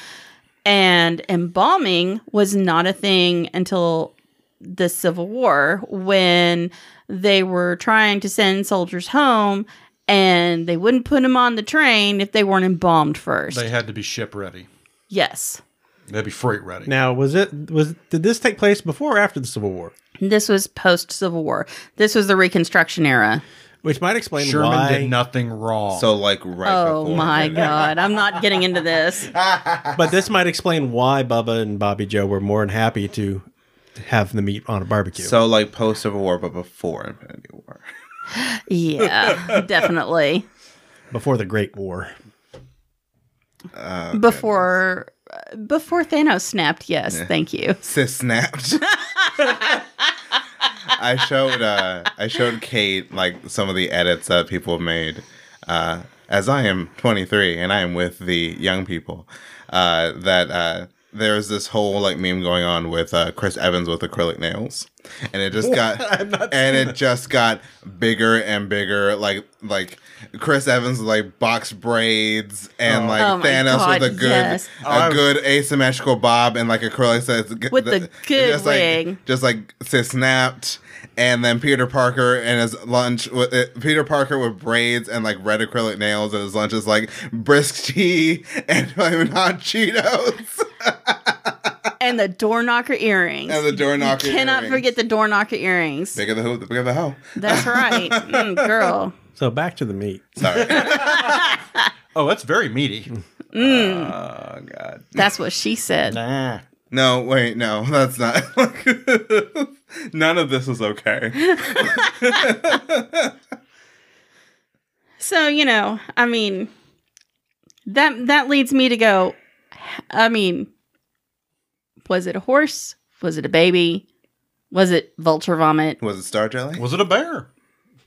[SPEAKER 1] And embalming was not a thing until the Civil War when they were trying to send soldiers home and they wouldn't put them on the train if they weren't embalmed first.
[SPEAKER 2] They had to be ship ready.
[SPEAKER 1] yes.
[SPEAKER 2] They'd be freight ready.
[SPEAKER 3] Now, was it was did this take place before or after the Civil War?
[SPEAKER 1] This was post Civil War. This was the Reconstruction era.
[SPEAKER 3] Which might explain
[SPEAKER 2] Sherman
[SPEAKER 3] why
[SPEAKER 2] did nothing wrong.
[SPEAKER 4] So like right
[SPEAKER 1] Oh
[SPEAKER 4] before.
[SPEAKER 1] my God.
[SPEAKER 4] God.
[SPEAKER 1] I'm not getting into this.
[SPEAKER 3] But this might explain why Bubba and Bobby Joe were more than happy to have the meat on a barbecue.
[SPEAKER 4] So like post Civil War, but before Infinity War.
[SPEAKER 1] Yeah, definitely.
[SPEAKER 3] before the Great War.
[SPEAKER 4] Oh,
[SPEAKER 1] Before. Before Thanos snapped, yes, thank you.
[SPEAKER 4] Sis snapped. I showed uh, I showed Kate like some of the edits that people have made. Uh, as I am 23 and I am with the young people, uh, that uh, there's this whole like meme going on with uh, Chris Evans with acrylic nails, and it just got and it just got bigger and bigger. Like like Chris Evans with, like box braids and like
[SPEAKER 1] Oh my
[SPEAKER 4] Thanos
[SPEAKER 1] God,
[SPEAKER 4] with a good
[SPEAKER 1] yes.
[SPEAKER 4] a good asymmetrical bob and like acrylic says
[SPEAKER 1] Oh, With the good
[SPEAKER 4] just like,
[SPEAKER 1] wig.
[SPEAKER 4] just like sis snapped and then Peter Parker and his lunch with uh, Peter Parker with braids and like red acrylic nails and his lunch is like brisk tea and like, hot Cheetos
[SPEAKER 1] And the door knocker earrings.
[SPEAKER 4] and the door knocker
[SPEAKER 1] Cannot
[SPEAKER 4] earrings.
[SPEAKER 1] forget the door knocker earrings.
[SPEAKER 4] bigger the hoop the bigger the hoe
[SPEAKER 1] That's right. Mm, girl.
[SPEAKER 3] So back to the meat.
[SPEAKER 4] sorry
[SPEAKER 2] oh, that's very meaty.
[SPEAKER 4] oh god
[SPEAKER 1] That's what she said.
[SPEAKER 3] Ah.
[SPEAKER 2] nah.
[SPEAKER 4] no wait no that's not none of this is okay
[SPEAKER 1] So, you know, I mean that that leads me to go I mean was it a horse? Was it a baby? Was it vulture vomit?
[SPEAKER 4] was it Star Jelly
[SPEAKER 2] Was it a bear?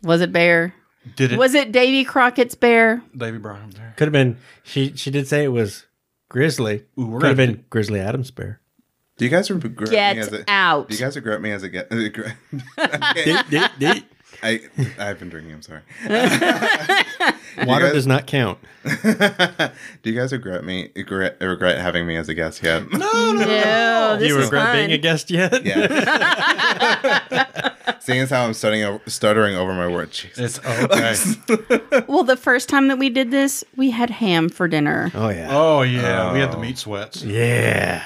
[SPEAKER 1] Was it bear?
[SPEAKER 2] Did it?
[SPEAKER 1] Was it Davy Crockett's bear?
[SPEAKER 2] Davy Brown there?
[SPEAKER 3] Could have been she she did say it was Grizzly.
[SPEAKER 2] Ooh, we're
[SPEAKER 3] Could have
[SPEAKER 2] gonna-
[SPEAKER 3] been Grizzly Adams Bear.
[SPEAKER 4] do you guys regret me as
[SPEAKER 1] Get
[SPEAKER 4] a
[SPEAKER 1] out.
[SPEAKER 4] do you guys regret me as a get
[SPEAKER 3] Deet, deet, deet.
[SPEAKER 4] I I've been drinking. I'm sorry.
[SPEAKER 3] Water
[SPEAKER 4] guys-
[SPEAKER 3] does not count.
[SPEAKER 4] Do you guys regret me regret, regret having me as a guest yet?
[SPEAKER 2] Oh, No, no, no.
[SPEAKER 1] no, this
[SPEAKER 3] you
[SPEAKER 1] is
[SPEAKER 3] regret
[SPEAKER 1] fun.
[SPEAKER 3] being a guest yet?
[SPEAKER 4] Yeah. Seeing as how I'm stuttering, stuttering over my word, Jesus.
[SPEAKER 2] It's okay.
[SPEAKER 1] well, the first time that we did this, we had ham for dinner,
[SPEAKER 3] Oh yeah.
[SPEAKER 2] oh yeah, we had the meat sweats.
[SPEAKER 3] Yeah.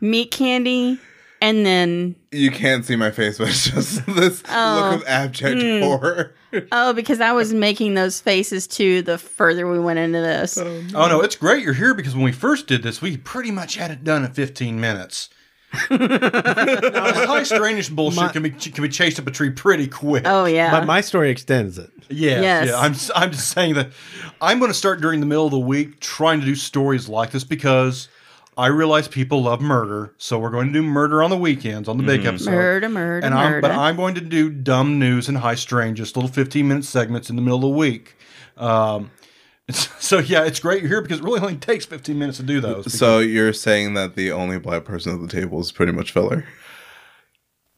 [SPEAKER 1] meat candy, and then
[SPEAKER 4] You can't see my face, but it's just this
[SPEAKER 1] Oh.
[SPEAKER 4] look of abject
[SPEAKER 2] Hmm.
[SPEAKER 4] horror.
[SPEAKER 1] oh, because I was making those faces too. The further we went into this,
[SPEAKER 2] Oh no, it's great you're here because when we first did this, we pretty much had it done in 15 minutes. now, this high strangeness bullshit can be can be chased up a tree pretty quick.
[SPEAKER 1] oh yeah,
[SPEAKER 3] But my story extends it.
[SPEAKER 2] Yes,
[SPEAKER 1] Yes.
[SPEAKER 2] yeah. I'm s- I'm just saying that I'm going to start during the middle of the week trying to do stories like this because I realize people love murder, so we're going to do murder on the weekends on the big episode.
[SPEAKER 1] murder, murder,
[SPEAKER 2] and I'm,
[SPEAKER 1] murder.
[SPEAKER 2] but I'm going to do dumb news and high strain, just little 15 minute segments in the middle of the week. Um, it's- so yeah, it's great you're here because it really only takes 15 minutes to do those. because-
[SPEAKER 4] So you're saying that the only black person at the table is pretty much filler?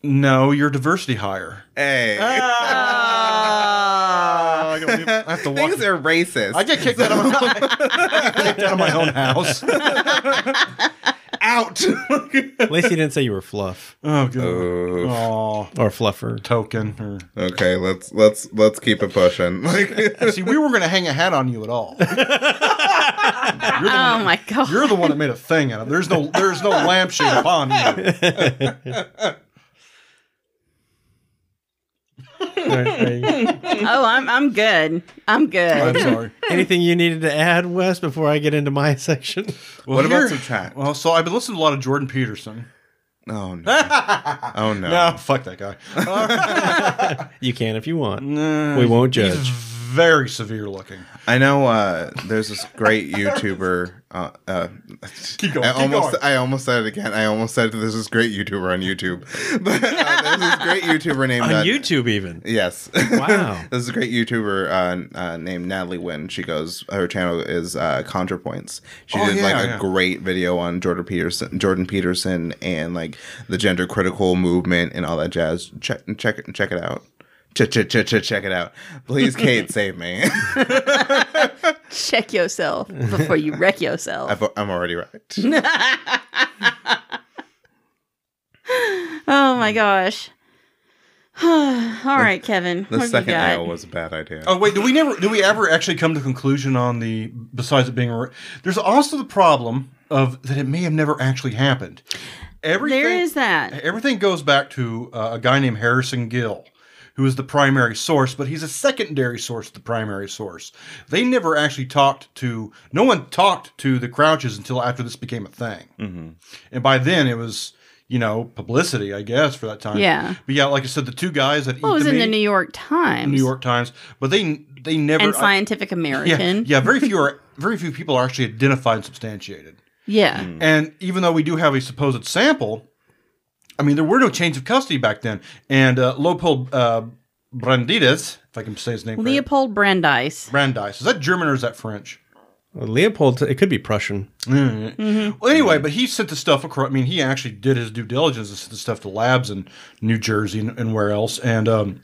[SPEAKER 2] no, your diversity hire.
[SPEAKER 4] Hey,
[SPEAKER 2] Ah. I have to walk.
[SPEAKER 4] things are racist.
[SPEAKER 2] I get kicked out of my, I get kicked out of my own house.
[SPEAKER 4] out.
[SPEAKER 3] At least you didn't say you were fluff
[SPEAKER 2] Oh
[SPEAKER 4] Uh,
[SPEAKER 2] god.
[SPEAKER 4] Oof.
[SPEAKER 2] Oh,
[SPEAKER 3] or fluffer.
[SPEAKER 2] token. Or,
[SPEAKER 4] okay, let's let's let's keep it pushing. Like,
[SPEAKER 2] see, we were going to hang a hat on you at all.
[SPEAKER 1] oh my god,
[SPEAKER 2] You're the one that made a thing out of it. There's no, there's no lampshade upon you.
[SPEAKER 1] oh, I'm I'm good, I'm
[SPEAKER 2] I'm
[SPEAKER 1] good.
[SPEAKER 2] sorry.
[SPEAKER 3] Anything you needed to add, Wes, before I get into my section?
[SPEAKER 2] Well,
[SPEAKER 4] What about
[SPEAKER 2] here-
[SPEAKER 4] subtract?
[SPEAKER 2] Well, so I've been listening to a lot of Jordan Peterson.
[SPEAKER 4] oh no, oh no.
[SPEAKER 2] No, fuck that guy.
[SPEAKER 3] You can if you want.
[SPEAKER 2] No,
[SPEAKER 3] we won't
[SPEAKER 2] he's
[SPEAKER 3] judge.
[SPEAKER 2] very severe looking.
[SPEAKER 4] I know uh, there's this great YouTuber. Uh, uh,
[SPEAKER 2] Keep going,
[SPEAKER 4] I
[SPEAKER 2] keep
[SPEAKER 4] almost,
[SPEAKER 2] going.
[SPEAKER 4] I almost said it again. I almost said there's this great YouTuber on YouTube. But uh, there's this great YouTuber named uh,
[SPEAKER 3] On YouTube, even.
[SPEAKER 4] Yes.
[SPEAKER 3] Wow.
[SPEAKER 4] this is a great YouTuber uh, uh, named Natalie Wynn. She goes, her channel is uh, ContraPoints. She
[SPEAKER 2] Oh,
[SPEAKER 4] did like
[SPEAKER 2] yeah,
[SPEAKER 4] a
[SPEAKER 2] yeah.
[SPEAKER 4] great video on Jordan Peterson, Jordan Peterson, and like the gender critical movement and all that jazz. Check check it- check it out. Check check check check check it out. Please, Kate, save me.
[SPEAKER 1] Check yourself before you wreck yourself.
[SPEAKER 4] I've, I'm already right.
[SPEAKER 1] Oh my gosh. All right, Kevin.
[SPEAKER 4] The
[SPEAKER 1] what have you
[SPEAKER 4] second
[SPEAKER 1] got?
[SPEAKER 4] aisle was a bad idea.
[SPEAKER 2] Oh wait, do we never? Do we ever actually come to conclusion on the? Besides it being, a, there's also the problem of that it may have never actually happened. Everything
[SPEAKER 1] There is that.
[SPEAKER 2] Everything goes back to uh, a guy named Harrison Gill, who is the primary source, but he's a secondary source to the primary source. They never actually talked to, no one talked to the Crouches until after this became a thing. Mm-hmm. And by then it was, you know, publicity, I guess, for that time.
[SPEAKER 1] Yeah.
[SPEAKER 2] But yeah, like I said, the two guys that
[SPEAKER 1] Well, Oh, it was
[SPEAKER 2] eat the
[SPEAKER 1] in the New
[SPEAKER 2] meat,
[SPEAKER 1] York Times.
[SPEAKER 2] New York Times, but they they never.
[SPEAKER 1] and
[SPEAKER 2] I-
[SPEAKER 1] Scientific
[SPEAKER 2] yeah,
[SPEAKER 1] American.
[SPEAKER 2] yeah, very few are very few people are actually identified and substantiated.
[SPEAKER 1] Yeah.
[SPEAKER 2] Mm-hmm. And even though we do have a supposed sample, I mean, there were no change of custody back then. And uh, Leopold uh, Brandides, if I can say his name correctly,
[SPEAKER 1] Leopold Brandeis.
[SPEAKER 2] Brandeis, is that German or is that French?
[SPEAKER 3] Well, Leopold, it could be Prussian.
[SPEAKER 2] Well, anyway, but he sent the stuff across. I mean, he actually did his due diligence and sent the stuff to labs in New Jersey and, and where else. And, um,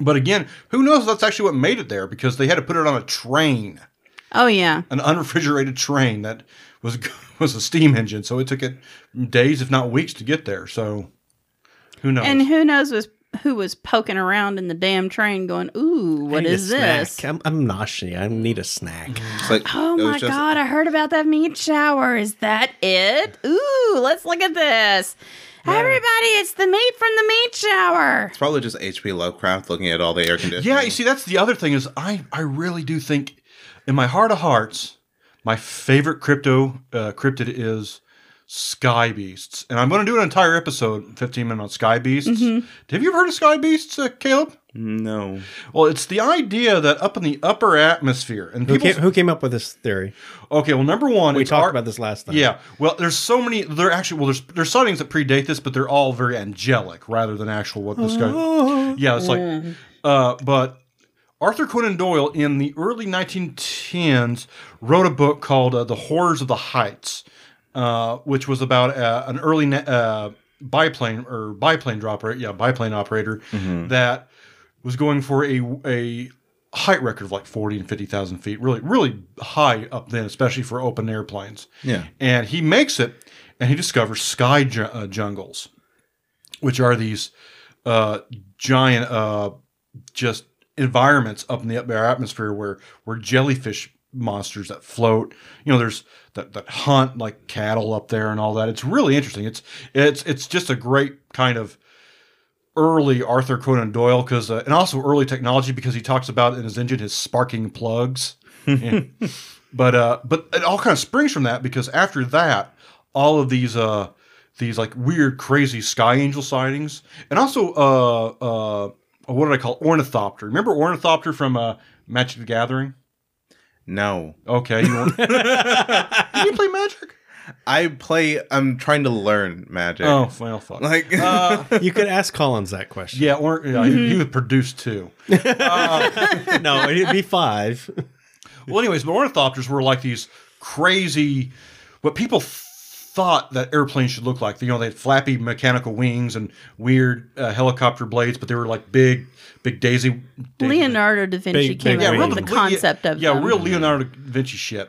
[SPEAKER 2] but again, who knows? if That's actually what made it there because they had to put it on a train,
[SPEAKER 1] Oh yeah.
[SPEAKER 2] an unrefrigerated train that was was a steam engine. So it took it days, if not weeks, to get there. So who knows?
[SPEAKER 1] And who knows was who was poking around in the damn train going, Ooh, what
[SPEAKER 3] I need a
[SPEAKER 1] is this?
[SPEAKER 3] snack. Mm. I'm, I'm nauseous. I need a snack.
[SPEAKER 4] It's like,
[SPEAKER 1] Oh
[SPEAKER 4] it was
[SPEAKER 1] my
[SPEAKER 4] just- uh,
[SPEAKER 1] god, I heard about that meat shower. Is that it? Ooh, let's look at this. Everybody, it's the meat from the meat shower.
[SPEAKER 4] It's probably just H.P. Lovecraft looking at all the air conditioning.
[SPEAKER 2] Yeah, you see, that's the other thing is I I really do think, in my heart of hearts, my favorite crypto uh, cryptid is Sky Beasts, and I'm going to do an entire episode, 15 minutes on Sky Beasts. Have you ever heard of Sky Beasts, uh, Caleb?
[SPEAKER 4] No.
[SPEAKER 2] Well, it's the idea that up in the upper atmosphere, and
[SPEAKER 3] Who
[SPEAKER 2] people.
[SPEAKER 3] came, who came up with this theory?
[SPEAKER 2] Okay, well, number one,
[SPEAKER 3] We
[SPEAKER 2] it's
[SPEAKER 3] talked
[SPEAKER 2] ar-
[SPEAKER 3] about this last time.
[SPEAKER 2] Yeah, well, there's so many. They're actually well, there's there's sightings that predate this, but they're all very angelic rather than actual what this guy.
[SPEAKER 3] Oh.
[SPEAKER 2] Yeah, it's
[SPEAKER 1] Hmm.
[SPEAKER 2] like, uh, but Arthur Conan Doyle in the early 1910s wrote a book called uh, "The Horrors of the Heights," uh, which was about uh, an early na- uh, biplane or biplane dropper, yeah, biplane operator that was going for a a height record of like 40 and 50,000 feet, really, really high up then, especially for open airplanes.
[SPEAKER 4] Yeah.
[SPEAKER 2] And he makes it, and he discovers sky ju- uh, jungles, which are these uh, giant uh, just environments up in the upper atmosphere where where jellyfish monsters that float. You know, there's that that hunt like cattle up there and all that. It's really interesting. It's it's it's just a great kind of early Arthur Conan Doyle because uh, and also early technology because he talks about in his engine his sparking plugs. Yeah. But uh, but it all kind of springs from that because after that, all of these uh these like weird crazy sky angel sightings and also uh uh what did I call it? ornithopter? Remember ornithopter from uh Magic the Gathering?
[SPEAKER 4] No.
[SPEAKER 2] Okay, you want, Did you play Magic?
[SPEAKER 4] I play. I'm trying to learn magic.
[SPEAKER 2] Oh well, fuck.
[SPEAKER 4] Like,
[SPEAKER 2] Uh,
[SPEAKER 3] you could ask Collins that question.
[SPEAKER 2] yeah, or yeah, he, he would produce too.
[SPEAKER 3] no, it'd be five.
[SPEAKER 2] Well, anyways, but ornithopters were like these crazy, what people th- thought that airplanes should look like. You know, they had flappy mechanical wings and weird uh, helicopter blades, but they were like big, big daisy. daisy
[SPEAKER 1] Leonardo da Vinci
[SPEAKER 3] Big-
[SPEAKER 1] came
[SPEAKER 3] big
[SPEAKER 1] up
[SPEAKER 3] wing.
[SPEAKER 1] with the
[SPEAKER 2] Le-
[SPEAKER 1] concept of
[SPEAKER 2] yeah,
[SPEAKER 1] them.
[SPEAKER 2] real Leonardo da Vinci shit.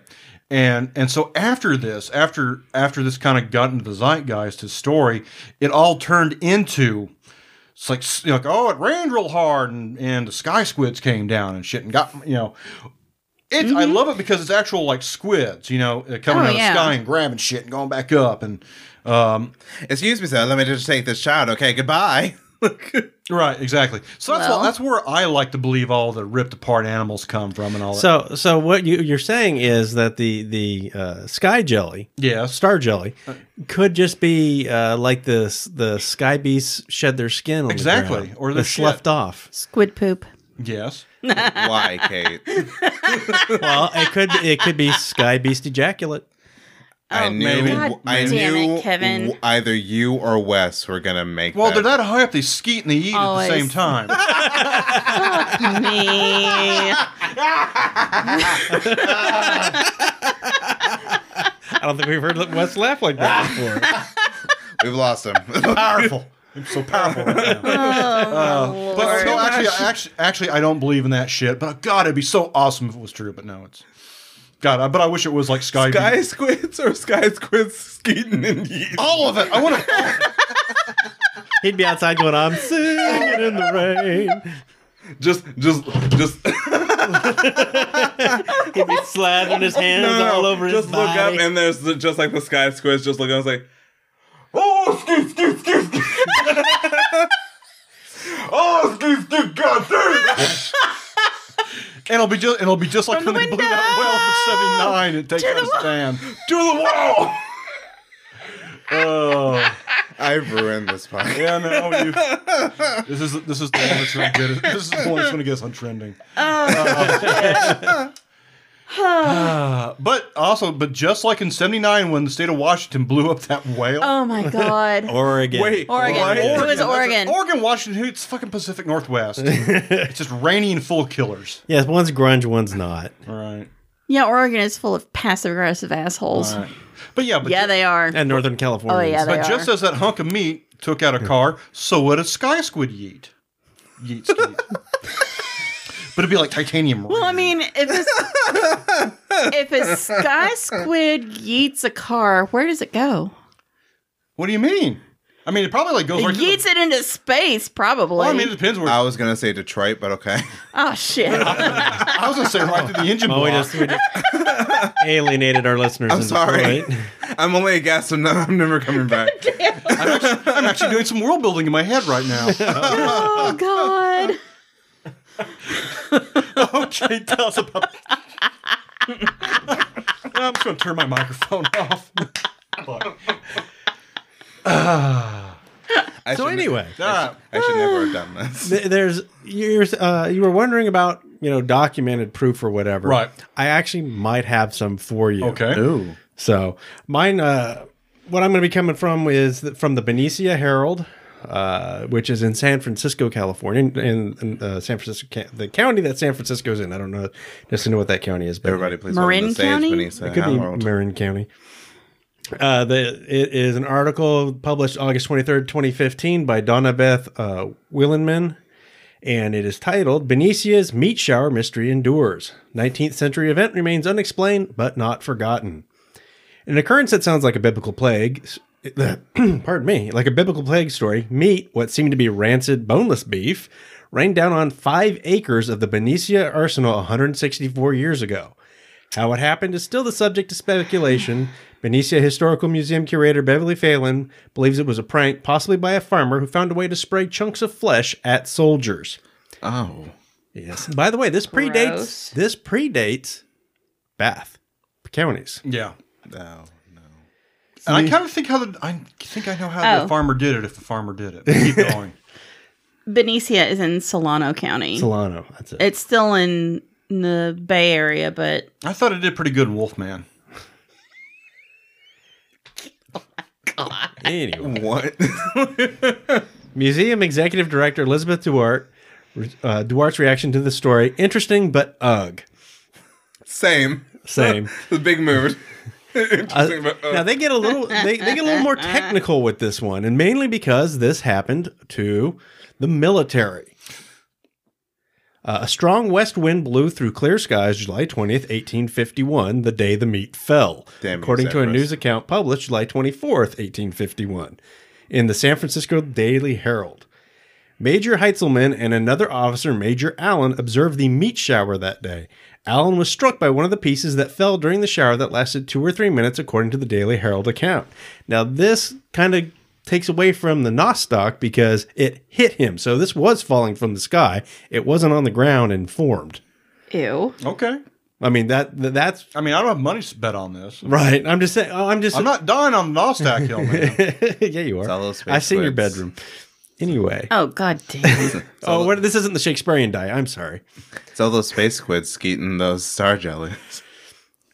[SPEAKER 2] And and so after this, after after this kind of got into the zeitgeist, his story, it all turned into it's like s- you know, like oh, it rained real hard and and the sky squids came down and shit and got you know. It's, I love it because it's actual like squids, you know, uh, coming
[SPEAKER 1] Oh,
[SPEAKER 2] out of
[SPEAKER 1] yeah.
[SPEAKER 2] the sky and grabbing shit and going back up and um,
[SPEAKER 4] excuse me, sir. Let me just take this shot. Okay, goodbye.
[SPEAKER 2] right, exactly. So that's
[SPEAKER 1] Well-
[SPEAKER 2] why, that's where I like to believe all the ripped apart animals come from and all that.
[SPEAKER 3] So, so what you, you're saying is that the the uh, sky jelly,
[SPEAKER 2] yes,
[SPEAKER 3] star jelly,
[SPEAKER 4] Uh,
[SPEAKER 3] could just be uh, like the s- the sky beasts shed their skin on the
[SPEAKER 2] Exactly,
[SPEAKER 3] ground.
[SPEAKER 2] or their
[SPEAKER 3] It's
[SPEAKER 2] shit.
[SPEAKER 3] left off.
[SPEAKER 1] Squid poop.
[SPEAKER 2] yes.
[SPEAKER 4] Why, Kate?
[SPEAKER 3] Well, it could it could be sky beast ejaculate.
[SPEAKER 4] I
[SPEAKER 1] Oh,
[SPEAKER 4] knew.
[SPEAKER 1] God
[SPEAKER 4] I
[SPEAKER 1] damn it,
[SPEAKER 4] knew.
[SPEAKER 1] Kevin.
[SPEAKER 4] w- either you or Wes were gonna make.
[SPEAKER 2] Well,
[SPEAKER 4] that.
[SPEAKER 2] they're that high up, they skeet and they eat
[SPEAKER 1] Always.
[SPEAKER 2] at the same time.
[SPEAKER 1] Me.
[SPEAKER 3] I don't think we've heard Wes laugh like that before.
[SPEAKER 4] We've lost him.
[SPEAKER 2] powerful. I'm so powerful right now.
[SPEAKER 1] Oh,
[SPEAKER 2] But
[SPEAKER 1] Lord.
[SPEAKER 2] no, actually, I- actually, actually, I don't believe in that shit. But God, it'd be so awesome if it was true. But no, it's God. I, but I wish it was like Sky.
[SPEAKER 4] sky squids or sky squids skeeting and yeeting.
[SPEAKER 2] all of it. I want to.
[SPEAKER 3] He'd be outside going, "I'm singing in the rain."
[SPEAKER 4] Just, just, just.
[SPEAKER 3] He'd be slathering his hands all over
[SPEAKER 4] just
[SPEAKER 3] his
[SPEAKER 4] look
[SPEAKER 3] body.
[SPEAKER 4] up and there's the, just like the sky squids just look up and it's like oh skeet skeet skeet skeet oh skeet skeet god damn it."
[SPEAKER 2] And it'll be just. It'll be just like
[SPEAKER 1] From the
[SPEAKER 2] when they blew that well in
[SPEAKER 1] window!
[SPEAKER 2] '79 and take
[SPEAKER 1] To
[SPEAKER 2] out
[SPEAKER 1] the
[SPEAKER 2] a stand.
[SPEAKER 4] to the wall
[SPEAKER 2] Oh,
[SPEAKER 4] I've ruined this part
[SPEAKER 2] yeah, no. You, this is this is the one that's gonna get us. This is the one that's gonna get us on trending.
[SPEAKER 1] Oh,
[SPEAKER 2] Uh, but also, but just like in '79 when the state of Washington blew up that whale.
[SPEAKER 1] oh my God.
[SPEAKER 3] Oregon.
[SPEAKER 4] wait
[SPEAKER 1] Oregon.
[SPEAKER 4] what?
[SPEAKER 1] It was
[SPEAKER 2] That's it.
[SPEAKER 1] Oregon.
[SPEAKER 2] Oregon, Washington. It's fucking Pacific Northwest. it's just rainy and full of killers.
[SPEAKER 3] Yes, one's grunge, one's not.
[SPEAKER 2] All right.
[SPEAKER 1] Yeah, Oregon is full of passive aggressive assholes.
[SPEAKER 2] All right. But yeah, but
[SPEAKER 1] Yeah,
[SPEAKER 2] ju-
[SPEAKER 1] they are.
[SPEAKER 3] And Northern California.
[SPEAKER 1] Oh, yeah,
[SPEAKER 2] but
[SPEAKER 1] they
[SPEAKER 2] just
[SPEAKER 1] are.
[SPEAKER 2] as that hunk of meat took out a car, so would a sky squid yeet. Yeet skeet. but it'd be like titanium.
[SPEAKER 1] Well, I
[SPEAKER 2] ring.
[SPEAKER 1] mean, if a, if a sky squid yeets a car, where does it go?
[SPEAKER 2] what do you mean? I mean, it probably like goes
[SPEAKER 1] It
[SPEAKER 2] right. to the-
[SPEAKER 1] yeets it into space, probably.
[SPEAKER 2] well, I mean, it depends where.
[SPEAKER 4] I was gonna say Detroit but okay
[SPEAKER 1] oh shit!
[SPEAKER 2] I was gonna say right through the engine
[SPEAKER 3] Well, we
[SPEAKER 2] block.
[SPEAKER 3] just, we just alienated our listeners.
[SPEAKER 4] I'm
[SPEAKER 3] in
[SPEAKER 4] sorry.
[SPEAKER 3] Detroit.
[SPEAKER 4] I'm only a guest and now I'm never coming back
[SPEAKER 2] I'm, actually, I'm actually doing some world building in my head right now.
[SPEAKER 1] oh god!
[SPEAKER 2] okay, tell us about. I'm just gonna turn my microphone off. Fuck.
[SPEAKER 4] I
[SPEAKER 3] So
[SPEAKER 4] should-
[SPEAKER 3] anyway,
[SPEAKER 2] Ah,
[SPEAKER 4] I should never have done this
[SPEAKER 3] th- there's you're uh, you were wondering about you know documented proof or whatever.
[SPEAKER 2] Right.
[SPEAKER 3] I actually might have some for you.
[SPEAKER 2] Okay.
[SPEAKER 4] ooh
[SPEAKER 3] So mine, uh, what I'm going to be coming from is th- from the Benicia Herald, uh, which is in San Francisco, California, in, in, in, uh, San Francisco, ca- the county that San Francisco's in. I don't know necessarily what that county is, but
[SPEAKER 4] everybody please
[SPEAKER 1] Marin
[SPEAKER 4] welcome to the stage
[SPEAKER 1] County?
[SPEAKER 4] Vanessa
[SPEAKER 3] Could be
[SPEAKER 4] Howard.
[SPEAKER 3] Marin County. Uh, the it is an article published August twenty third, twenty fifteen, by Donna Beth uh, Willenman, and it is titled "Benicia's Meat Shower Mystery Endures." Nineteenth century event remains unexplained but not forgotten. An occurrence that sounds like a biblical plague, s- pardon me, like a biblical plague story, meat, what seemed to be rancid boneless beef, rained down on five acres of the Benicia arsenal 164 years ago. How it happened is still the subject of speculation. Benicia Historical Museum curator Beverly Phelan believes it was a prank, possibly by a farmer who found a way to spray chunks of flesh at soldiers.
[SPEAKER 4] Oh.
[SPEAKER 3] Yes. By the way, this predates
[SPEAKER 1] Gross.
[SPEAKER 3] this predates Bath counties.
[SPEAKER 2] Yeah.
[SPEAKER 4] No. no.
[SPEAKER 2] And I kind of think how the I think I know how
[SPEAKER 1] Oh.
[SPEAKER 2] the farmer did it if the farmer did it. But keep going.
[SPEAKER 1] Benicia is in Solano County.
[SPEAKER 3] Solano. That's it.
[SPEAKER 1] it's still in the Bay Area, but
[SPEAKER 2] I thought it did pretty good, in Wolfman.
[SPEAKER 3] Anyway.
[SPEAKER 4] What?
[SPEAKER 3] Museum Executive Director Elizabeth Duarte, uh, Duarte's reaction to the story interesting, but ugh.
[SPEAKER 4] Same.
[SPEAKER 3] Same.
[SPEAKER 4] The big mood. Interesting, but, uh,
[SPEAKER 3] now they get a little they, they get a little more technical with this one, and mainly because this happened to the military. Uh, a strong west wind blew through clear skies July 20th, 1851, the day the meat fell,
[SPEAKER 4] Damn you,
[SPEAKER 3] according to a
[SPEAKER 4] Cyprus.
[SPEAKER 3] news account published July 24th, 1851, in the San Francisco Daily Herald. Major Heitzelman and another officer, Major Allen, observed the meat shower that day. Allen was struck by one of the pieces that fell during the shower that lasted two or three minutes, according to the Daily Herald account. Now, this kind of takes away from the Nostoc because it hit him. So, this was falling from the sky. It wasn't on the ground and formed.
[SPEAKER 1] ew.
[SPEAKER 2] Okay.
[SPEAKER 3] I mean, that, that- that's
[SPEAKER 2] I mean, I don't have money to bet on this.
[SPEAKER 3] right. I'm just saying, oh, I'm just.
[SPEAKER 2] I'm not dying on Nostack Hill, man.
[SPEAKER 3] yeah, you are.
[SPEAKER 4] all those
[SPEAKER 3] I've seen your
[SPEAKER 4] space words.
[SPEAKER 3] bedroom. Anyway.
[SPEAKER 1] Oh god damn.
[SPEAKER 3] Oh, what, this isn't the Shakespearean die. I'm sorry.
[SPEAKER 4] it's all those space squids eating those star jellies.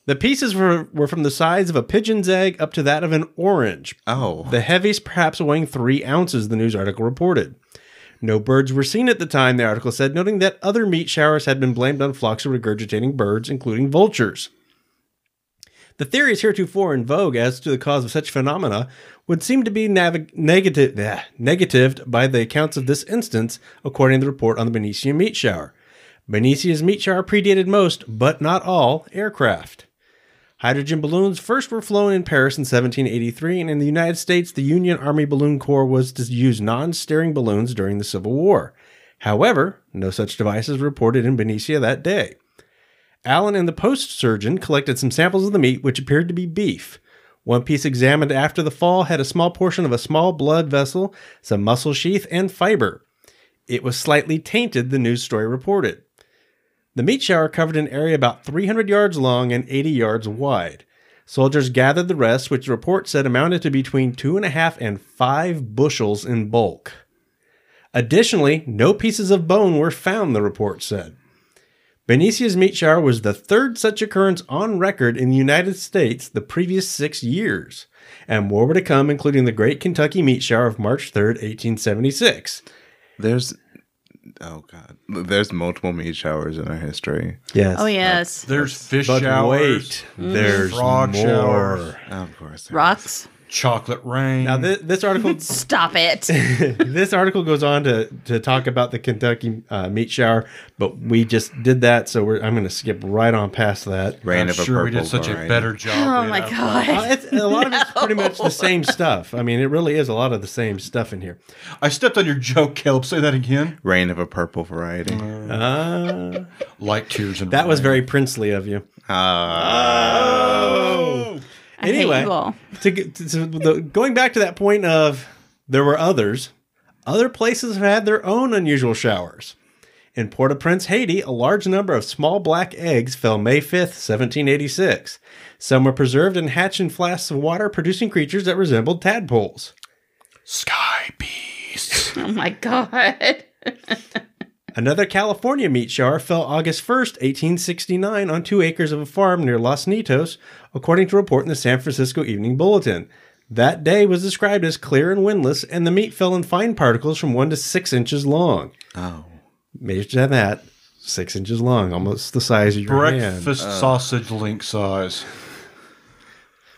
[SPEAKER 3] The pieces were, were from the size of a pigeon's egg up to that of an orange.
[SPEAKER 4] Oh.
[SPEAKER 3] The heaviest perhaps weighing three ounces, the news article reported. No birds were seen at the time, the article said, noting that other meat showers had been blamed on flocks of regurgitating birds, including vultures. The theories heretofore in vogue as to the cause of such phenomena would seem to be navig- negative, eh, negatived by the accounts of this instance, according to the report on the Benicia meat shower. Benicia's meat shower predated most, but not all, aircraft. Hydrogen balloons first were flown in Paris in 1783, and in the United States, the Union Army Balloon Corps was to use non steering balloons during the Civil War. However, no such devices were reported in Benicia that day. Allen and the post surgeon collected some samples of the meat, which appeared to be beef. One piece examined after the fall had a small portion of a small blood vessel, some muscle sheath, and fiber. It was slightly tainted, the news story reported. The meat shower covered an area about 300 yards long and 80 yards wide. Soldiers gathered the rest, which the report said amounted to between two and a half and five bushels in bulk. Additionally, no pieces of bone were found, the report said. Benicia's meat shower was the third such occurrence on record in the United States the previous six years, and more were to come, including the Great Kentucky Meat Shower of March 3rd, 1876.
[SPEAKER 4] There's. Oh, God. There's multiple meat showers in our history.
[SPEAKER 3] Yes.
[SPEAKER 1] Oh yes.
[SPEAKER 2] There's fish
[SPEAKER 3] But
[SPEAKER 2] showers, Mm.
[SPEAKER 3] wait, there's
[SPEAKER 2] frog
[SPEAKER 3] more.
[SPEAKER 2] showers.
[SPEAKER 4] Of course. there
[SPEAKER 1] Rocks.
[SPEAKER 2] chocolate rain.
[SPEAKER 3] Now this, this article
[SPEAKER 1] Stop it.
[SPEAKER 3] this article goes on to to talk about the Kentucky uh, meat shower, but we just did that, so we're, I'm going to skip right on past that.
[SPEAKER 4] is. Rain
[SPEAKER 2] I'm
[SPEAKER 4] of a
[SPEAKER 2] sure we did
[SPEAKER 4] purple
[SPEAKER 2] such a
[SPEAKER 4] rain.
[SPEAKER 2] better job.
[SPEAKER 1] Oh
[SPEAKER 2] than
[SPEAKER 1] my
[SPEAKER 2] that.
[SPEAKER 3] Uh,
[SPEAKER 1] god.
[SPEAKER 3] it's, a lot of it's pretty much the same stuff. I mean, it really is a lot of the same stuff in here.
[SPEAKER 2] I stepped on your joke, Caleb. Say that again.
[SPEAKER 4] Rain of a purple variety.
[SPEAKER 3] Uh,
[SPEAKER 2] Like tears and
[SPEAKER 3] that was very princely of you.
[SPEAKER 4] Uh, Ah.
[SPEAKER 2] Oh.
[SPEAKER 1] I
[SPEAKER 3] anyway.
[SPEAKER 1] hate you all.
[SPEAKER 3] to, get- to, to the, going back to that point of there were others, other places have had their own unusual showers. In Port au Prince, Haiti, a large number of small black eggs fell May 5th, 1786. Some were preserved and hatched in flasks of water, producing creatures that resembled tadpoles.
[SPEAKER 2] Sky beast.
[SPEAKER 1] Oh my god.
[SPEAKER 3] Another California meat shower fell August 1st, 1869, on two acres of a farm near Los Nitos, according to a report in the San Francisco Evening Bulletin. That day was described as clear and windless, and the meat fell in fine particles from one to six inches long.
[SPEAKER 4] Oh.
[SPEAKER 3] Measure that, six inches long, almost the size of your hand.
[SPEAKER 2] Breakfast
[SPEAKER 4] uh,
[SPEAKER 2] sausage link size.
[SPEAKER 3] Well,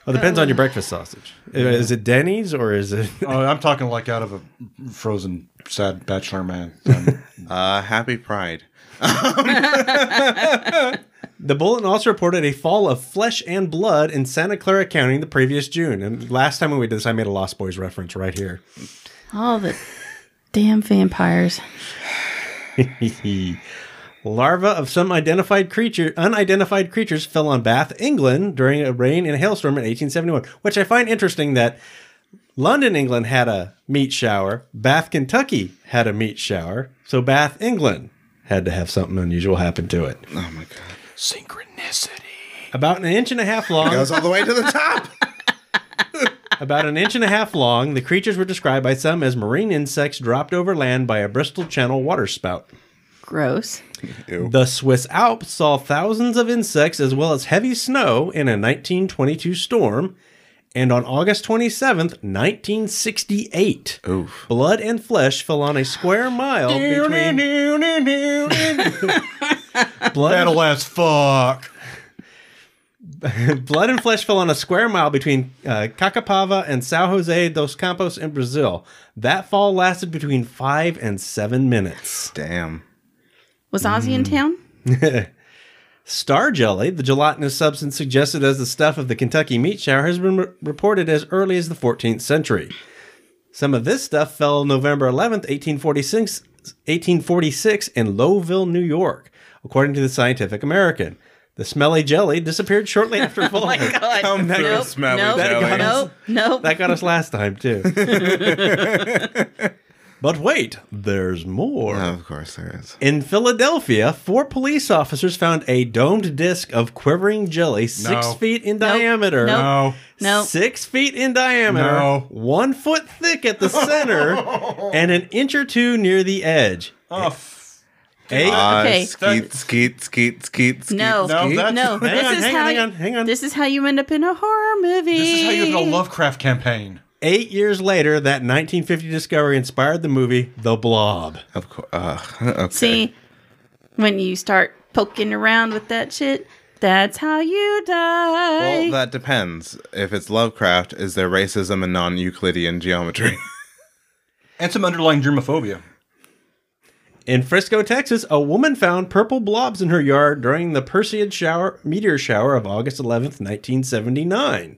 [SPEAKER 3] Oh, depends on your breakfast sausage. Is it Denny's or is it?
[SPEAKER 2] Oh, I'm talking like out of a frozen sad bachelor man. Um,
[SPEAKER 4] Uh, happy Pride.
[SPEAKER 3] The bulletin also reported a fall of flesh and blood in Santa Clara County the previous June. And last time when we did this, I made a Lost Boys reference right here.
[SPEAKER 1] All the damn vampires.
[SPEAKER 3] Larvae of some identified creature, unidentified creatures fell on Bath, England during a rain and hailstorm in 1871, which I find interesting that London, England had a meat shower, Bath, Kentucky had a meat shower, so Bath, England had to have something unusual happen to it.
[SPEAKER 4] Oh my god.
[SPEAKER 3] About an inch and a half long.
[SPEAKER 4] Goes all the way to the top.
[SPEAKER 3] About an inch and a half long, the creatures were described by some as marine insects dropped over land by a Bristol Channel waterspout.
[SPEAKER 1] Gross.
[SPEAKER 4] Ew.
[SPEAKER 3] The Swiss Alps saw thousands of insects as well as heavy snow in a 1922 storm, and on August 27th, 1968,
[SPEAKER 4] Oof.
[SPEAKER 3] blood and flesh fell on a square mile between
[SPEAKER 2] Battle
[SPEAKER 3] blood,
[SPEAKER 2] ass fuck.
[SPEAKER 3] blood and flesh fell on a square mile between uh, Cacapava and São Jose dos Campos in Brazil. That fall lasted between five and seven minutes.
[SPEAKER 4] Damn.
[SPEAKER 1] Was Ozzy in town?
[SPEAKER 3] Star jelly, the gelatinous substance suggested as the stuff of the Kentucky meat shower, has been re- reported as early as the 14th century. Some of this stuff fell November 11th, 1846, 1846 in Lowville, New York, according to the Scientific American. The smelly jelly disappeared shortly after falling.
[SPEAKER 1] Oh God.
[SPEAKER 4] Come through, smelly
[SPEAKER 1] nope,
[SPEAKER 4] jelly.
[SPEAKER 1] nope, nope.
[SPEAKER 3] That got us last time, too. but wait, there's more.
[SPEAKER 4] Of course there is.
[SPEAKER 3] In Philadelphia, four police officers found a domed disc of quivering jelly six
[SPEAKER 2] No.
[SPEAKER 3] feet in diameter.
[SPEAKER 1] Nope.
[SPEAKER 2] No.
[SPEAKER 1] Nope.
[SPEAKER 3] Six feet in diameter,
[SPEAKER 2] No.
[SPEAKER 3] one foot thick at the center, and an inch or two near the edge.
[SPEAKER 2] Oh, f-
[SPEAKER 3] A-
[SPEAKER 4] Ah,
[SPEAKER 1] Okay.
[SPEAKER 4] Skeet, skeet, skeet, skeet, skeet.
[SPEAKER 1] No,
[SPEAKER 2] No, that's-
[SPEAKER 1] no.
[SPEAKER 2] hang
[SPEAKER 1] This
[SPEAKER 3] on,
[SPEAKER 1] is
[SPEAKER 3] hang
[SPEAKER 1] how
[SPEAKER 3] on, hang
[SPEAKER 1] you-
[SPEAKER 3] on, hang on.
[SPEAKER 1] This is how you end up in a horror movie.
[SPEAKER 2] this is how you get a Lovecraft campaign.
[SPEAKER 3] Eight years later, that 1950 discovery inspired the movie The Blob.
[SPEAKER 4] Of course. Uh, okay.
[SPEAKER 1] See, when you start poking around with that shit, that's how you die.
[SPEAKER 4] Well, that depends. If it's Lovecraft, is there racism and non-Euclidean geometry?
[SPEAKER 2] And some underlying germophobia.
[SPEAKER 3] In Frisco, Texas, a woman found purple blobs in her yard during the Perseid shower, meteor shower of August 11th, 1979.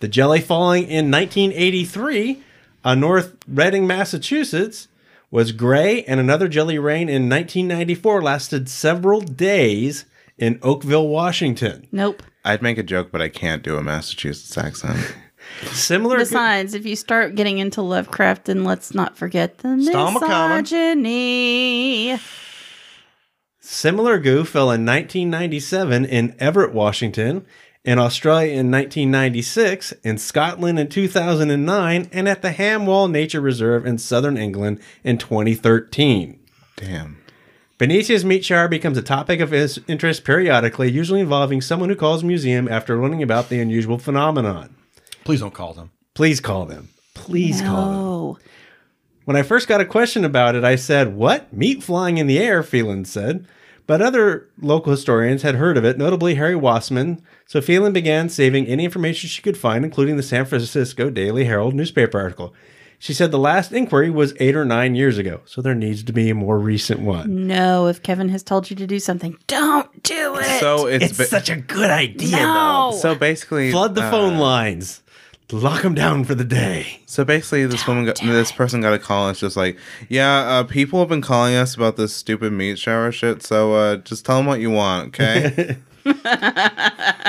[SPEAKER 3] The jelly falling in 1983 on North Reading, Massachusetts, was gray, and another jelly rain in 1994 lasted several days in Oakville, Washington.
[SPEAKER 1] nope.
[SPEAKER 4] I'd make a joke, but I can't do a Massachusetts accent.
[SPEAKER 3] Similar.
[SPEAKER 1] Besides, if you start getting into Lovecraft, then let's not forget the
[SPEAKER 2] Stomach common.
[SPEAKER 1] misogyny.
[SPEAKER 3] Similar goo fell in 1997 in Everett, Washington, in Australia in 1996, in Scotland in 2009, and at the Hamwall Nature Reserve in southern England in 2013.
[SPEAKER 4] Damn.
[SPEAKER 3] Benicia's meat shower becomes a topic of his interest periodically, usually involving someone who calls a museum after learning about the unusual phenomenon.
[SPEAKER 2] Please don't call them.
[SPEAKER 3] Please call them. Please call them.
[SPEAKER 1] No.
[SPEAKER 3] When I first got a question about it, I said, What? Meat flying in the air, Phelan said. But other local historians had heard of it, notably Harry Wassman, so Phelan began saving any information she could find, including the San Francisco Daily Herald newspaper article. She said the last inquiry was eight or nine years ago, so there needs to be a more recent one.
[SPEAKER 1] No, if Kevin has told you to do something, don't do it.
[SPEAKER 4] So it's, ba-
[SPEAKER 3] such a good idea,
[SPEAKER 1] no.
[SPEAKER 4] so basically
[SPEAKER 3] Flood the
[SPEAKER 4] uh,
[SPEAKER 3] phone lines. Lock them down for the day.
[SPEAKER 4] So basically, this woman, got, this person got a call. And it's just like, yeah, uh, people have been calling us about this stupid meat shower shit. So uh, just tell them what you want, okay?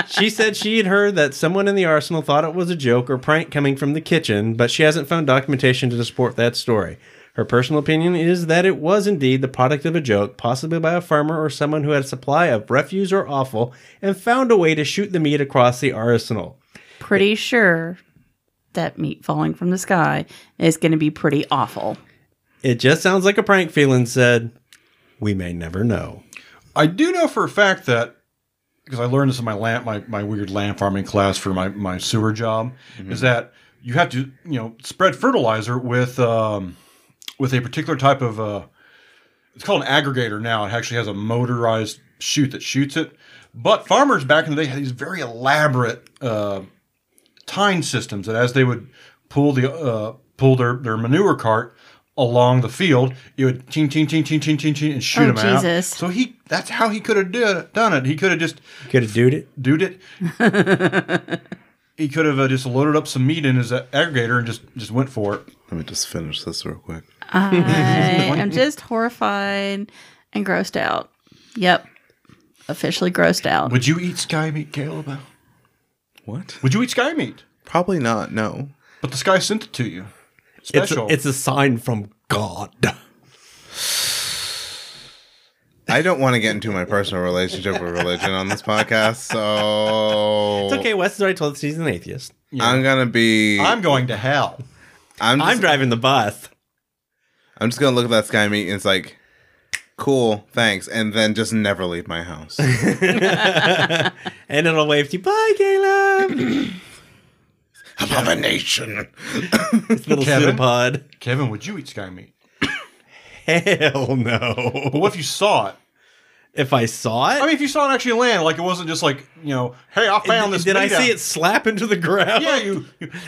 [SPEAKER 3] She said she had heard that someone in the arsenal thought it was a joke or prank coming from the kitchen, but she hasn't found documentation to support that story. Her personal opinion is that it was indeed the product of a joke, possibly by a farmer or someone who had a supply of refuse or offal and found a way to shoot the meat across the arsenal.
[SPEAKER 1] pretty sure that meat falling from the sky is going to be pretty awful.
[SPEAKER 3] It just sounds like a prank, Phelan said. We may never know.
[SPEAKER 2] I do know for a fact that because I learned this in my lamp, my, my weird land farming class for my, my sewer job, is that you have to you know spread fertilizer with um, with a particular type of uh, it's called an aggregator now. It actually has a motorized chute that shoots it. But farmers back in the day had these very elaborate uh, tine systems that as they would pull the uh, pull their, their manure cart along the field. You would ching, ching, ching, ching, ching, ching, ching, and shoot
[SPEAKER 1] Oh,
[SPEAKER 2] him
[SPEAKER 1] Jesus.
[SPEAKER 2] out. So he, that's how he could have did, done it. He could have just
[SPEAKER 3] Could have dude it.
[SPEAKER 2] dude it. he could have uh, just loaded up some meat in his uh, aggregator and just just went for it.
[SPEAKER 4] Let me just finish this real quick.
[SPEAKER 1] I am just horrified and grossed out. Yep. Officially grossed out.
[SPEAKER 2] Would you eat sky meat, Caleb?
[SPEAKER 4] What?
[SPEAKER 2] Would you eat sky meat?
[SPEAKER 4] Probably not. No.
[SPEAKER 2] But the sky sent it to you.
[SPEAKER 3] It's a,
[SPEAKER 2] Special.
[SPEAKER 3] it's a sign from God.
[SPEAKER 4] I don't want to get into my personal relationship with religion on this podcast, so
[SPEAKER 3] It's okay. Wes has already told us he's an atheist.
[SPEAKER 4] I'm gonna be.
[SPEAKER 2] I'm going to hell.
[SPEAKER 4] I'm
[SPEAKER 3] I'm
[SPEAKER 4] just,
[SPEAKER 3] driving the bus.
[SPEAKER 4] I'm just gonna look at that sky meat and it's like, cool, thanks, and then just never leave my house.
[SPEAKER 3] And it'll wave to you. Bye, Caleb.
[SPEAKER 4] Abomination.
[SPEAKER 3] It's little
[SPEAKER 2] Kevin?
[SPEAKER 3] pseudopod.
[SPEAKER 2] Kevin, would you eat sky meat?
[SPEAKER 3] Hell
[SPEAKER 2] But
[SPEAKER 3] no.
[SPEAKER 2] what if you saw it?
[SPEAKER 3] If I saw it,
[SPEAKER 2] I mean, if you saw it actually land, like it wasn't just like you know, hey, I found
[SPEAKER 3] did,
[SPEAKER 2] this.
[SPEAKER 3] did I
[SPEAKER 2] meat out-
[SPEAKER 3] see it slap into the ground?
[SPEAKER 2] Yeah, you. you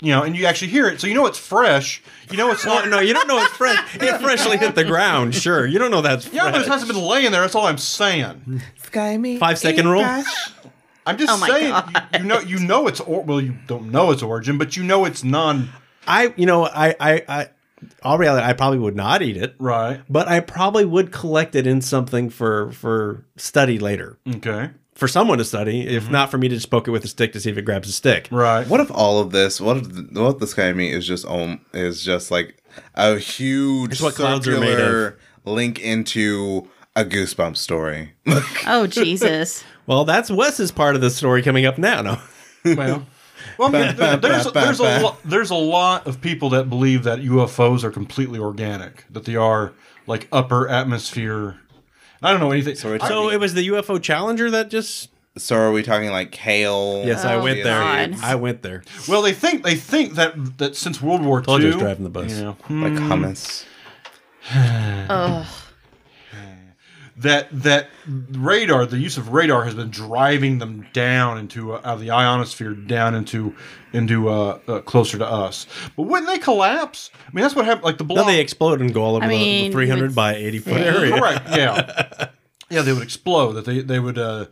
[SPEAKER 2] You know, and you actually hear it, so you know it's fresh. You know it's
[SPEAKER 3] Oh,
[SPEAKER 2] not.
[SPEAKER 3] no, you don't know it's fresh. It freshly hit the ground. Sure, you don't know that's fresh.
[SPEAKER 2] Yeah, but it hasn't been laying there. That's all I'm saying.
[SPEAKER 4] Sky meat.
[SPEAKER 3] Five second rule.
[SPEAKER 2] I'm just
[SPEAKER 1] Oh my
[SPEAKER 2] saying. You,
[SPEAKER 1] God.
[SPEAKER 2] you know, you know its or well, you don't know its origin, but you know it's non
[SPEAKER 3] I, you know, I, I, I, all reality, I probably would not eat it,
[SPEAKER 2] right.
[SPEAKER 3] but I probably would collect it in something for for study later
[SPEAKER 2] Okay,
[SPEAKER 3] for someone to study. If not for me to just poke it with a stick to see if it grabs a stick.
[SPEAKER 2] Mm-hmm. right.
[SPEAKER 4] What if all of this? What if the, what if the sky meat is just um is just like a huge
[SPEAKER 3] It's what clouds are made of.
[SPEAKER 4] circular link into a goosebump story?
[SPEAKER 1] Oh Jesus.
[SPEAKER 3] Well, that's Wes's part of the story coming up now. No,
[SPEAKER 2] Well, well, I mean, there- there's there's a lo- there's a lot of people that believe that UFOs are completely organic, that they are like upper atmosphere. I don't know anything.
[SPEAKER 4] So it's-
[SPEAKER 3] so it was the UFO Challenger that just.
[SPEAKER 4] so are we talking like kale?
[SPEAKER 3] Yes, I
[SPEAKER 1] Oh,
[SPEAKER 3] went there.
[SPEAKER 1] God.
[SPEAKER 3] I went there.
[SPEAKER 2] well, they think they think that that since World War
[SPEAKER 3] Told
[SPEAKER 2] II,
[SPEAKER 3] you I was driving the bus.
[SPEAKER 2] you know,
[SPEAKER 4] like
[SPEAKER 1] Mm.
[SPEAKER 4] hummus.
[SPEAKER 1] Oh.
[SPEAKER 2] that that radar, the use of radar, has been driving them down into uh, out of the ionosphere, down into into uh, uh, closer to us. But wouldn't they collapse? I mean, that's what happened. Like the
[SPEAKER 3] Then
[SPEAKER 2] block.
[SPEAKER 3] they explode and go all over
[SPEAKER 1] I
[SPEAKER 3] the-
[SPEAKER 1] mean,
[SPEAKER 3] the
[SPEAKER 1] you
[SPEAKER 3] 300
[SPEAKER 1] would
[SPEAKER 3] by 80 foot
[SPEAKER 1] think.
[SPEAKER 3] area
[SPEAKER 2] correct. Yeah, yeah, they would explode. That they they would. Uh,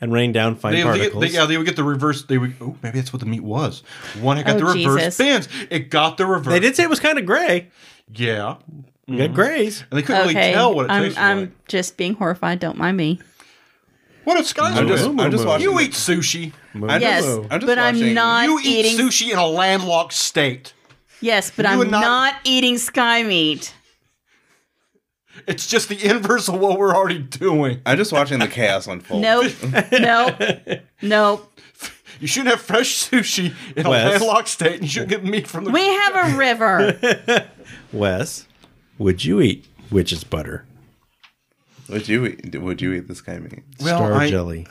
[SPEAKER 3] and rain down fine
[SPEAKER 2] They, they,
[SPEAKER 3] particles.
[SPEAKER 2] they, yeah, they would get the reverse. They would. Oh, maybe that's what the meat was. One, it got
[SPEAKER 1] Oh,
[SPEAKER 2] the reverse
[SPEAKER 1] Jesus.
[SPEAKER 2] bends. It got the reverse.
[SPEAKER 3] They did say it was kind of gray.
[SPEAKER 2] Yeah, and
[SPEAKER 3] We got grays.
[SPEAKER 2] they couldn't really
[SPEAKER 1] Okay.
[SPEAKER 2] tell what it
[SPEAKER 1] I'm,
[SPEAKER 2] tasted
[SPEAKER 1] I'm
[SPEAKER 2] like.
[SPEAKER 1] just being horrified. Don't mind me.
[SPEAKER 2] What did Sky
[SPEAKER 4] I'm just, I'm just watching.
[SPEAKER 2] You eat sushi.
[SPEAKER 4] I'm
[SPEAKER 1] Yes,
[SPEAKER 4] just, I'm just
[SPEAKER 1] but I'm
[SPEAKER 4] watching-
[SPEAKER 1] not-
[SPEAKER 2] you eat
[SPEAKER 1] eating-
[SPEAKER 2] sushi in a landlocked state.
[SPEAKER 1] Yes, but
[SPEAKER 2] would
[SPEAKER 1] I'm
[SPEAKER 2] not-
[SPEAKER 1] not... eating sky meat.
[SPEAKER 2] It's just the inverse of what we're already doing.
[SPEAKER 4] I'm just watching the chaos unfold.
[SPEAKER 1] Nope. nope. Nope.
[SPEAKER 2] You shouldn't have fresh sushi in a
[SPEAKER 3] Wes.
[SPEAKER 2] landlocked state. and You shouldn't get meat from the.
[SPEAKER 1] We have a river.
[SPEAKER 3] Wes, would you eat witch's butter?
[SPEAKER 4] Would you eat, would you eat this guy meat?
[SPEAKER 3] Star
[SPEAKER 2] I-
[SPEAKER 3] jelly.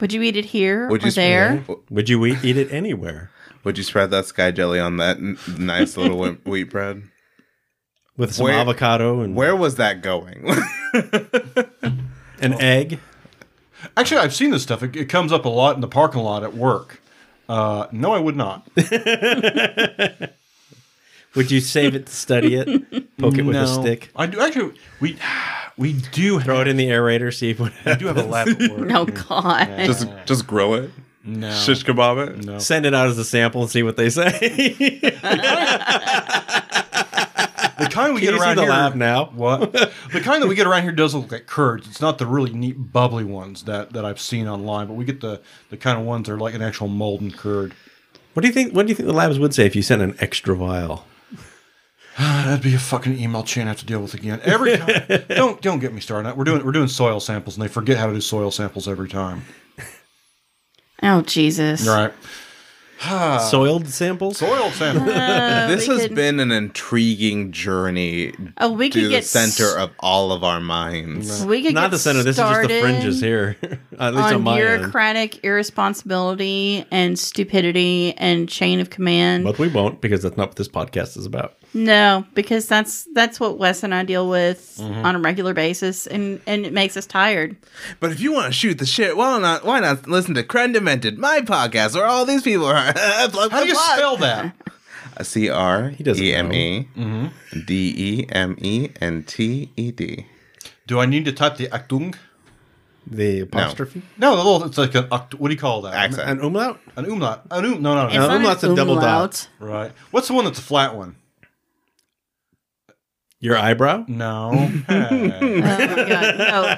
[SPEAKER 1] Would you eat it here
[SPEAKER 4] Would
[SPEAKER 1] or
[SPEAKER 4] you
[SPEAKER 1] there?
[SPEAKER 3] Would you eat, eat it anywhere
[SPEAKER 4] Would you spread that sky jelly on that n- nice little whe- wheat bread?
[SPEAKER 3] with some
[SPEAKER 4] Where-
[SPEAKER 3] avocado and
[SPEAKER 4] Where was that going?
[SPEAKER 3] an egg?
[SPEAKER 2] Actually, I've seen this stuff. It, it comes up a lot in the parking lot at work. Uh, no, I would not.
[SPEAKER 3] Would you save it to study it? Poke it with a
[SPEAKER 2] No.
[SPEAKER 3] stick.
[SPEAKER 2] I do actually. We we do have,
[SPEAKER 3] Throw it in the aerator. See what
[SPEAKER 2] we do have a lab at work.
[SPEAKER 1] No Oh, God.
[SPEAKER 4] just just grow it,
[SPEAKER 2] No.
[SPEAKER 4] shish kebab it.
[SPEAKER 2] No.
[SPEAKER 3] Send it out as a sample and see what they say. Can
[SPEAKER 2] The kind we
[SPEAKER 3] you
[SPEAKER 2] get
[SPEAKER 3] see
[SPEAKER 2] around
[SPEAKER 3] the
[SPEAKER 2] here.
[SPEAKER 3] lab now?
[SPEAKER 2] What? the kind that we get around here does look like curds. It's not the really neat bubbly ones that, that I've seen online, but we get the, the kind of ones that are like an actual mold and curd.
[SPEAKER 3] What do you think? What do you think the labs would say if you sent an extra vial?
[SPEAKER 2] Ah, That'd be a fucking email chain I have to deal with again. Every time don't don't get me started. on that. We're doing we're doing soil samples and they forget how to do soil samples every time.
[SPEAKER 1] Oh Jesus.
[SPEAKER 2] Right.
[SPEAKER 3] Soiled samples.
[SPEAKER 2] Soil samples.
[SPEAKER 4] this
[SPEAKER 1] Uh, we
[SPEAKER 4] has
[SPEAKER 1] could-
[SPEAKER 4] been an intriguing journey
[SPEAKER 1] Oh, we
[SPEAKER 4] to
[SPEAKER 1] could
[SPEAKER 4] the
[SPEAKER 1] get
[SPEAKER 4] center of all of our minds.
[SPEAKER 1] We could get
[SPEAKER 3] Not the center. This is just the
[SPEAKER 1] started
[SPEAKER 3] fringes here. At least on,
[SPEAKER 1] on
[SPEAKER 3] my end.
[SPEAKER 1] bureaucratic irresponsibility and stupidity and chain of command.
[SPEAKER 3] But we won't because that's not what this podcast is about.
[SPEAKER 1] No, because that's that's what Wes and I deal with
[SPEAKER 3] Mm-hmm.
[SPEAKER 1] on a regular basis, and and it makes us tired.
[SPEAKER 4] But if you want to shoot the shit, why not? Why not listen to Crend Demented, my podcast, where all these people are? plug,
[SPEAKER 2] how do
[SPEAKER 4] plug,
[SPEAKER 2] you
[SPEAKER 4] plug.
[SPEAKER 2] spell that?
[SPEAKER 4] C R
[SPEAKER 3] doesn't Mm-hmm.
[SPEAKER 4] E M E
[SPEAKER 2] hmm
[SPEAKER 4] D E M E and T E D.
[SPEAKER 2] Do I need to type the Achtung?
[SPEAKER 3] The apostrophe?
[SPEAKER 2] No, the little, it's like an, act- what do you call that?
[SPEAKER 4] Accent.
[SPEAKER 3] An umlaut?
[SPEAKER 2] An umlaut. An um, no, no,
[SPEAKER 1] It's
[SPEAKER 2] no.
[SPEAKER 3] No.
[SPEAKER 1] not an
[SPEAKER 3] lots of double
[SPEAKER 1] umlaut.
[SPEAKER 3] dots.
[SPEAKER 2] Right. What's the one that's a flat one?
[SPEAKER 3] Your eyebrow?
[SPEAKER 2] No. Hey,
[SPEAKER 1] Oh my god! No,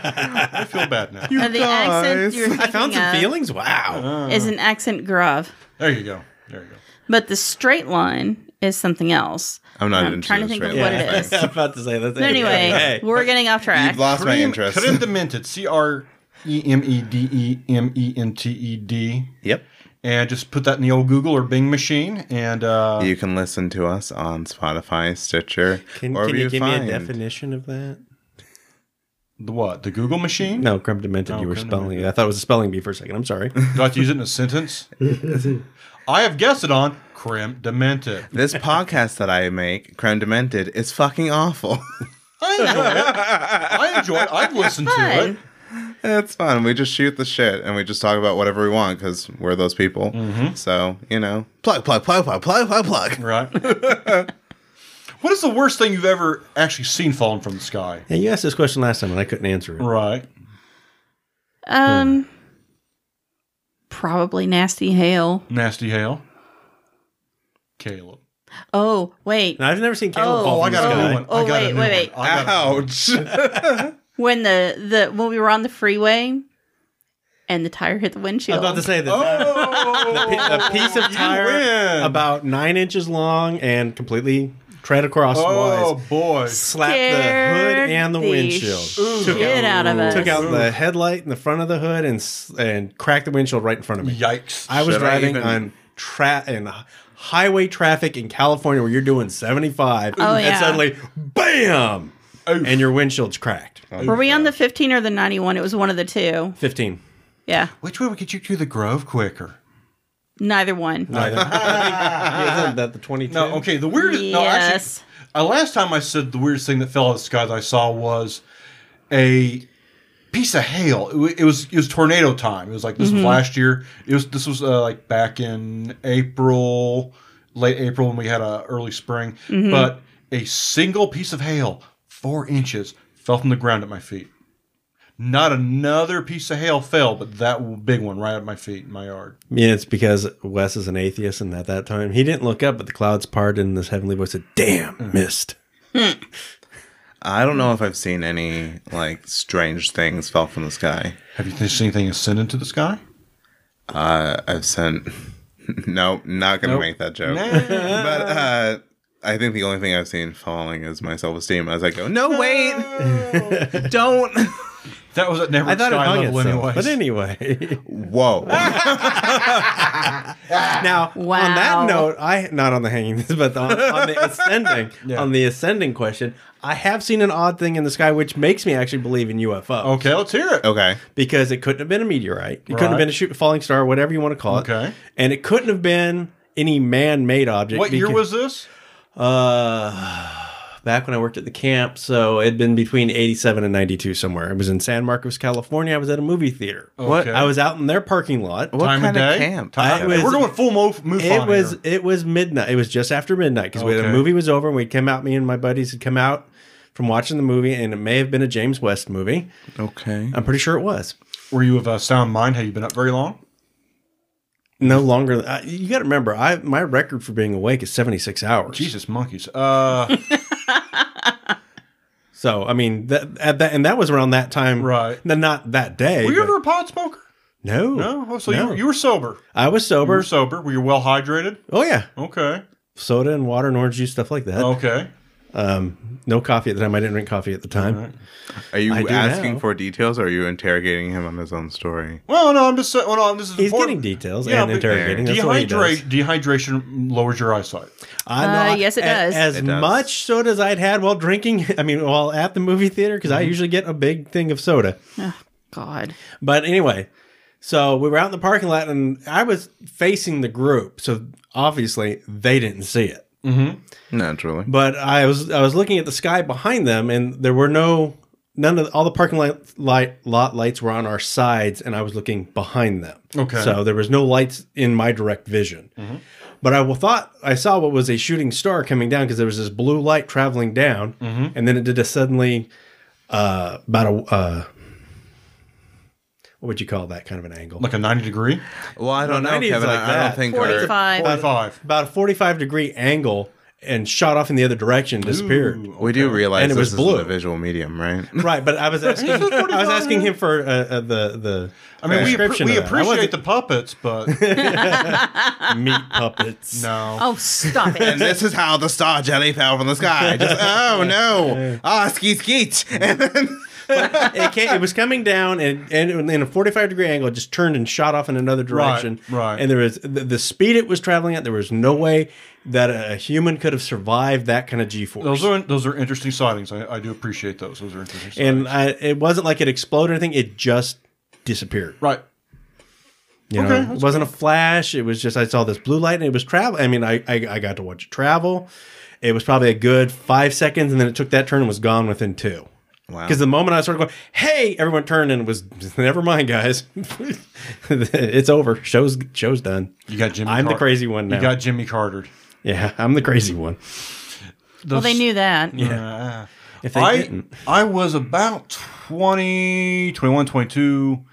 [SPEAKER 2] I feel bad now.
[SPEAKER 1] Uh, the accent
[SPEAKER 4] guys.
[SPEAKER 1] you're
[SPEAKER 3] I
[SPEAKER 1] thinking
[SPEAKER 3] found some
[SPEAKER 1] of
[SPEAKER 3] feelings. Wow.
[SPEAKER 1] is an accent grave,
[SPEAKER 2] There you go. There you go.
[SPEAKER 1] but the straight line is something else.
[SPEAKER 4] I'm not
[SPEAKER 1] I'm
[SPEAKER 4] into
[SPEAKER 1] trying to
[SPEAKER 4] this
[SPEAKER 1] think of
[SPEAKER 4] right
[SPEAKER 1] what
[SPEAKER 4] now.
[SPEAKER 1] it is.
[SPEAKER 3] I'm about to say that.
[SPEAKER 1] But anyway, we're getting off track.
[SPEAKER 4] You've lost my
[SPEAKER 2] Cream,
[SPEAKER 4] interest.
[SPEAKER 2] creme de mented. C R E M E D E M E N T E D.
[SPEAKER 4] Yep.
[SPEAKER 2] And just put that in the old Google or Bing machine. And uh,
[SPEAKER 4] You can listen to us on Spotify, Stitcher,
[SPEAKER 3] Can,
[SPEAKER 4] or
[SPEAKER 3] can you give
[SPEAKER 4] find.
[SPEAKER 3] me a definition of that?
[SPEAKER 2] the what? The Google machine?
[SPEAKER 3] No, creme de menthe, you were
[SPEAKER 2] creme de
[SPEAKER 3] spelling it. I thought it was a spelling bee for a second. I'm sorry.
[SPEAKER 2] Do I have to use it in a sentence? I have guessed it on creme de mented.
[SPEAKER 4] This podcast that I make, Creme Demented, is fucking awful.
[SPEAKER 2] I enjoy it. I enjoy it. I've listened to it.
[SPEAKER 1] Fun.
[SPEAKER 4] it's fun. We just shoot the shit and we just talk about whatever we want because we're those people. So you know, Mm-hmm. plug, plug, plug, plug, plug, plug, plug.
[SPEAKER 2] Right. what is the worst thing you've ever actually seen falling from the sky?
[SPEAKER 3] Yeah, you asked this question last time and I couldn't answer it.
[SPEAKER 2] Right.
[SPEAKER 1] Um, probably nasty hail.
[SPEAKER 2] Nasty hail. Caleb.
[SPEAKER 1] Oh wait,
[SPEAKER 3] No, I've never seen Caleb
[SPEAKER 1] Oh.
[SPEAKER 3] fall
[SPEAKER 2] Oh, I
[SPEAKER 3] from the
[SPEAKER 2] got a
[SPEAKER 3] sky.
[SPEAKER 2] new one.
[SPEAKER 1] Oh,
[SPEAKER 2] I got a
[SPEAKER 1] wait,
[SPEAKER 2] new
[SPEAKER 1] wait,
[SPEAKER 2] one. I got a-
[SPEAKER 4] Ouch!
[SPEAKER 1] when the the when we were on the freeway, and the tire hit the windshield.
[SPEAKER 3] I'm about to say that
[SPEAKER 2] Oh,
[SPEAKER 3] a piece of tire
[SPEAKER 2] win.
[SPEAKER 3] about nine inches long and completely tread across
[SPEAKER 2] oh
[SPEAKER 3] wise.
[SPEAKER 2] boy.
[SPEAKER 3] Slapped the hood and the,
[SPEAKER 1] Scared the
[SPEAKER 3] windshield.
[SPEAKER 1] shit out of us.
[SPEAKER 3] Took out the headlight in the front of the hood and s- and cracked the windshield right in front of me.
[SPEAKER 2] Yikes.
[SPEAKER 3] I was
[SPEAKER 4] Should I
[SPEAKER 3] driving
[SPEAKER 4] even-
[SPEAKER 3] on tra- in h- highway traffic in California where you're doing 75,
[SPEAKER 1] Oh,
[SPEAKER 3] and
[SPEAKER 1] yeah.
[SPEAKER 3] suddenly, bam,
[SPEAKER 2] Oof.
[SPEAKER 3] and your windshield's cracked.
[SPEAKER 1] Were we on the 15 or the 91? It was one of the two.
[SPEAKER 3] 15.
[SPEAKER 1] Yeah,
[SPEAKER 2] Which way would get you to the Grove quicker?
[SPEAKER 1] neither one.
[SPEAKER 3] Yeah, isn't that the 22?
[SPEAKER 2] No, okay. The weirdest. No,
[SPEAKER 1] Yes.
[SPEAKER 2] actually, uh, last time I said the weirdest thing that fell out of the sky that I saw was a piece of hail. It, wa- it was it was tornado time. It was like this was last year. It was this was uh, like back in April, late April when we had a early spring. But a single piece of hail, four inches, fell from the ground at my feet. Not another piece of hail fell, but that big one right at my feet in my yard.
[SPEAKER 3] Yeah, it's because Wes is an atheist, and at that time, he didn't look up, but the clouds parted, and this heavenly voice said, Damn, missed.
[SPEAKER 4] I don't know if I've seen any like strange things fall from the sky.
[SPEAKER 2] Have you seen anything ascend into the sky?
[SPEAKER 4] Uh, I've sent. no, not gonna
[SPEAKER 2] Nope.
[SPEAKER 4] make that joke.
[SPEAKER 2] Nah.
[SPEAKER 4] But uh, I think the only thing I've seen falling is my self esteem as I go. No, wait, don't.
[SPEAKER 2] That was at never
[SPEAKER 3] I thought it
[SPEAKER 2] sky
[SPEAKER 3] hung
[SPEAKER 2] level
[SPEAKER 3] itself.
[SPEAKER 2] anyway.
[SPEAKER 3] But anyway.
[SPEAKER 4] Whoa.
[SPEAKER 3] Now, on
[SPEAKER 1] Wow.
[SPEAKER 3] that note, I not on the hanging, but on, on the ascending,
[SPEAKER 2] Yeah.
[SPEAKER 3] on the ascending question, I have seen an odd thing in the sky, which makes me actually believe in UFO.
[SPEAKER 2] Okay, let's hear it.
[SPEAKER 4] Okay.
[SPEAKER 3] because it couldn't have been a meteorite, it couldn't have
[SPEAKER 2] Right.
[SPEAKER 3] been a shoot, falling star, whatever you want to call it,
[SPEAKER 2] Okay.
[SPEAKER 3] and it couldn't have been any man-made object.
[SPEAKER 2] What year
[SPEAKER 3] beca-
[SPEAKER 2] was this?
[SPEAKER 3] uh, back when I worked at the camp? So it'd been between eighty-seven and ninety-two somewhere. It was in San Marcos, California. I was at a movie theater.
[SPEAKER 2] What?
[SPEAKER 3] I was out in their parking lot.
[SPEAKER 4] What
[SPEAKER 2] Time of
[SPEAKER 4] kind
[SPEAKER 2] day?
[SPEAKER 4] of camp?
[SPEAKER 3] Time-
[SPEAKER 4] Okay.
[SPEAKER 3] was-
[SPEAKER 2] We're going full mo- move
[SPEAKER 3] It was it was midnight. It was just after midnight because the
[SPEAKER 2] Okay.
[SPEAKER 3] movie was over and we came out. Me and my buddies had come out from watching the movie, and it may have been a James West movie.
[SPEAKER 4] okay.
[SPEAKER 3] I'm pretty sure it was.
[SPEAKER 2] Were you of a sound mind? Have you been up very long?
[SPEAKER 3] No longer. I, you got to remember, I my record for being awake is 76 hours.
[SPEAKER 2] Jesus monkeys. Uh,
[SPEAKER 3] So I mean, that, at that and that was around that time,
[SPEAKER 2] Right.
[SPEAKER 3] No, not that day.
[SPEAKER 2] were you
[SPEAKER 3] but-
[SPEAKER 2] ever a pot smoker?
[SPEAKER 3] no,
[SPEAKER 2] No. Oh, so
[SPEAKER 3] No.
[SPEAKER 2] You, were- you were sober.
[SPEAKER 3] I was
[SPEAKER 2] You
[SPEAKER 3] sober.
[SPEAKER 2] were sober. Were you well hydrated?
[SPEAKER 3] oh yeah,
[SPEAKER 2] Okay.
[SPEAKER 3] soda and water and orange juice stuff like that.
[SPEAKER 2] Okay.
[SPEAKER 3] Um, no coffee at the time. I didn't drink coffee at the time.
[SPEAKER 4] Are you
[SPEAKER 3] I do
[SPEAKER 4] asking
[SPEAKER 3] now.
[SPEAKER 4] for details or are you interrogating him on his own story?
[SPEAKER 2] Well, no, I'm just saying. Well, no, this is
[SPEAKER 3] He's
[SPEAKER 2] important.
[SPEAKER 3] getting details
[SPEAKER 2] Yeah,
[SPEAKER 3] and
[SPEAKER 2] but
[SPEAKER 3] interrogating. That's what he does.
[SPEAKER 2] Dehydrate, dehydration lowers your eyesight.
[SPEAKER 3] I
[SPEAKER 1] Uh,
[SPEAKER 3] know.
[SPEAKER 1] yes, it
[SPEAKER 3] a-
[SPEAKER 1] does.
[SPEAKER 3] As
[SPEAKER 4] It does.
[SPEAKER 3] much soda as I'd had while drinking, I mean, while at the movie theater, because I
[SPEAKER 4] Mm-hmm.
[SPEAKER 3] usually get a big thing of soda.
[SPEAKER 1] Oh, God.
[SPEAKER 3] But anyway, so we were out in the parking lot, and I was facing the group, so obviously they didn't see it.
[SPEAKER 4] Naturally.
[SPEAKER 3] But I was I was looking at the sky behind them, and there were no none of all the parking lot light, lot lights were on our sides, and I was looking behind them.
[SPEAKER 2] Okay. Mm-hmm.
[SPEAKER 3] so there was no lights in my direct vision. But I will- thought I saw what was a shooting star coming down because there was this blue light traveling down,
[SPEAKER 2] Mm-hmm.
[SPEAKER 3] and then it did a suddenly uh, about a uh, what would you call that kind of an angle?
[SPEAKER 2] like a 90 degree.
[SPEAKER 4] Well, I don't
[SPEAKER 3] No,
[SPEAKER 4] know,
[SPEAKER 3] 90s
[SPEAKER 4] Kevin.
[SPEAKER 3] like
[SPEAKER 4] I, I
[SPEAKER 3] that.
[SPEAKER 4] don't think our,
[SPEAKER 1] 45.
[SPEAKER 2] High five.
[SPEAKER 3] about a forty-five degree angle and shot off in the other direction, disappeared.
[SPEAKER 2] Ooh,
[SPEAKER 4] we do realize
[SPEAKER 3] And it
[SPEAKER 4] this
[SPEAKER 3] was
[SPEAKER 4] isn't
[SPEAKER 3] blue.
[SPEAKER 4] a visual medium, right?
[SPEAKER 3] Right, but I was asking, I was asking him for uh, uh, the the.
[SPEAKER 2] I mean, we, appre-
[SPEAKER 3] description
[SPEAKER 2] we
[SPEAKER 3] of that. I
[SPEAKER 2] appreciate
[SPEAKER 3] wasn't-
[SPEAKER 2] the puppets, but
[SPEAKER 3] meat puppets.
[SPEAKER 2] no.
[SPEAKER 1] Oh, stop it.
[SPEAKER 4] and this is how the star jelly fell from the sky. Just oh no, ah skeet skeet, and then
[SPEAKER 3] it, came, it was coming down and, and in a 45 degree angle, it just turned and shot off in another direction.
[SPEAKER 2] right.
[SPEAKER 3] And there was the, the speed it was traveling at, there was no way that a human could have survived that kind of G force.
[SPEAKER 2] Those are those are interesting sightings. I, I do appreciate those. Those are interesting. Sightings.
[SPEAKER 3] and I, it wasn't like it exploded or anything, it just disappeared.
[SPEAKER 2] right,
[SPEAKER 3] You
[SPEAKER 2] Okay,
[SPEAKER 3] know, it
[SPEAKER 2] that's
[SPEAKER 3] wasn't a flash. It was just I saw this blue light and it was travel. I mean, I, I I got to watch it travel. It was probably a good five seconds, and then it took that turn and was gone within two.
[SPEAKER 4] Wow.
[SPEAKER 3] Because the moment I started going, hey, everyone turned and was never mind, guys. it's over. Show's show's done.
[SPEAKER 2] you got Jimmy.
[SPEAKER 3] I'm the
[SPEAKER 2] Car-
[SPEAKER 3] crazy one now.
[SPEAKER 2] You got Jimmy Carter.
[SPEAKER 3] yeah, I'm the crazy one.
[SPEAKER 1] Well, they knew that.
[SPEAKER 2] Yeah.
[SPEAKER 3] If they
[SPEAKER 2] Uh, I
[SPEAKER 3] didn't,
[SPEAKER 2] I was about 20, 21, 22,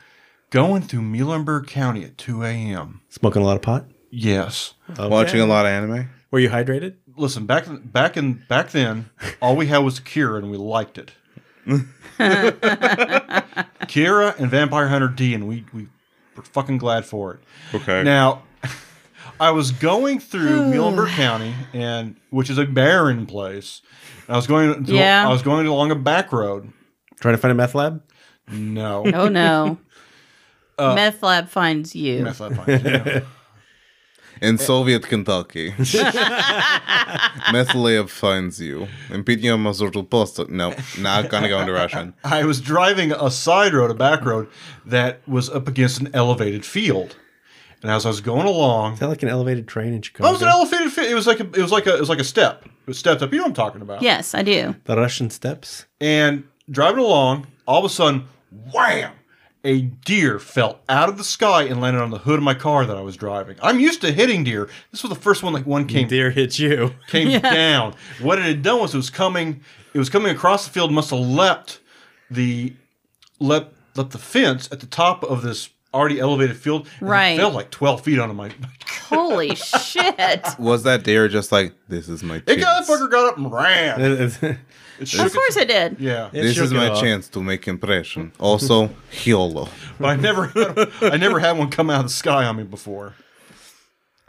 [SPEAKER 2] going through Muhlenberg County at 2 a.m.
[SPEAKER 3] smoking a lot of pot.
[SPEAKER 2] Yes.
[SPEAKER 3] Okay.
[SPEAKER 4] watching a lot of anime.
[SPEAKER 3] Were you hydrated?
[SPEAKER 2] Listen, back back in back then, all we had was Kira and we liked it. Kira and Vampire Hunter D and we we were fucking glad for it.
[SPEAKER 4] Okay.
[SPEAKER 2] Now, I was going through Muhlenberg County, and which is a barren place. And I was going. To,
[SPEAKER 1] Yeah.
[SPEAKER 2] I was going along a back road.
[SPEAKER 3] Trying to find a meth lab?
[SPEAKER 2] No.
[SPEAKER 1] Oh, no.
[SPEAKER 3] Uh,
[SPEAKER 1] Meth Lab finds you.
[SPEAKER 2] That's not fine. Yeah.
[SPEAKER 4] in Soviet Kentucky, Methlev finds you. Impeding my social post. No, not gonna go into Russian.
[SPEAKER 2] I was driving a side road, a back road that was up against an elevated field, and as I was going along,
[SPEAKER 3] Is that like an elevated train in Chicago?
[SPEAKER 2] oh, it was an elevated. Fi- it was like a, it was like a it was like a step. It was stepped up. You know what I'm talking about.
[SPEAKER 1] Yes, I do.
[SPEAKER 3] the Russian steps?
[SPEAKER 2] And driving along, all of a sudden, wham! A deer fell out of the sky and landed on the hood of my car that I was driving. I'm used to hitting deer. This was the first one like one came
[SPEAKER 3] Deer hits you.
[SPEAKER 2] came down. What it had done was it was coming it was coming across the field, must have leapt the leapt, leapt the fence at the top of this already elevated field. and it
[SPEAKER 1] Right.
[SPEAKER 2] fell like twelve feet onto my
[SPEAKER 1] Holy shit.
[SPEAKER 4] Was that deer just like this is my
[SPEAKER 2] It got
[SPEAKER 4] chance?
[SPEAKER 2] that fucker got up and ran.
[SPEAKER 3] It
[SPEAKER 2] It
[SPEAKER 1] Of
[SPEAKER 2] shook
[SPEAKER 1] course I did.
[SPEAKER 2] yeah.
[SPEAKER 4] This
[SPEAKER 3] shook
[SPEAKER 4] is
[SPEAKER 3] it
[SPEAKER 4] my
[SPEAKER 3] off.
[SPEAKER 4] chance to make impression. Also, Hiolo.
[SPEAKER 2] But I never I never had one come out of the sky on me before.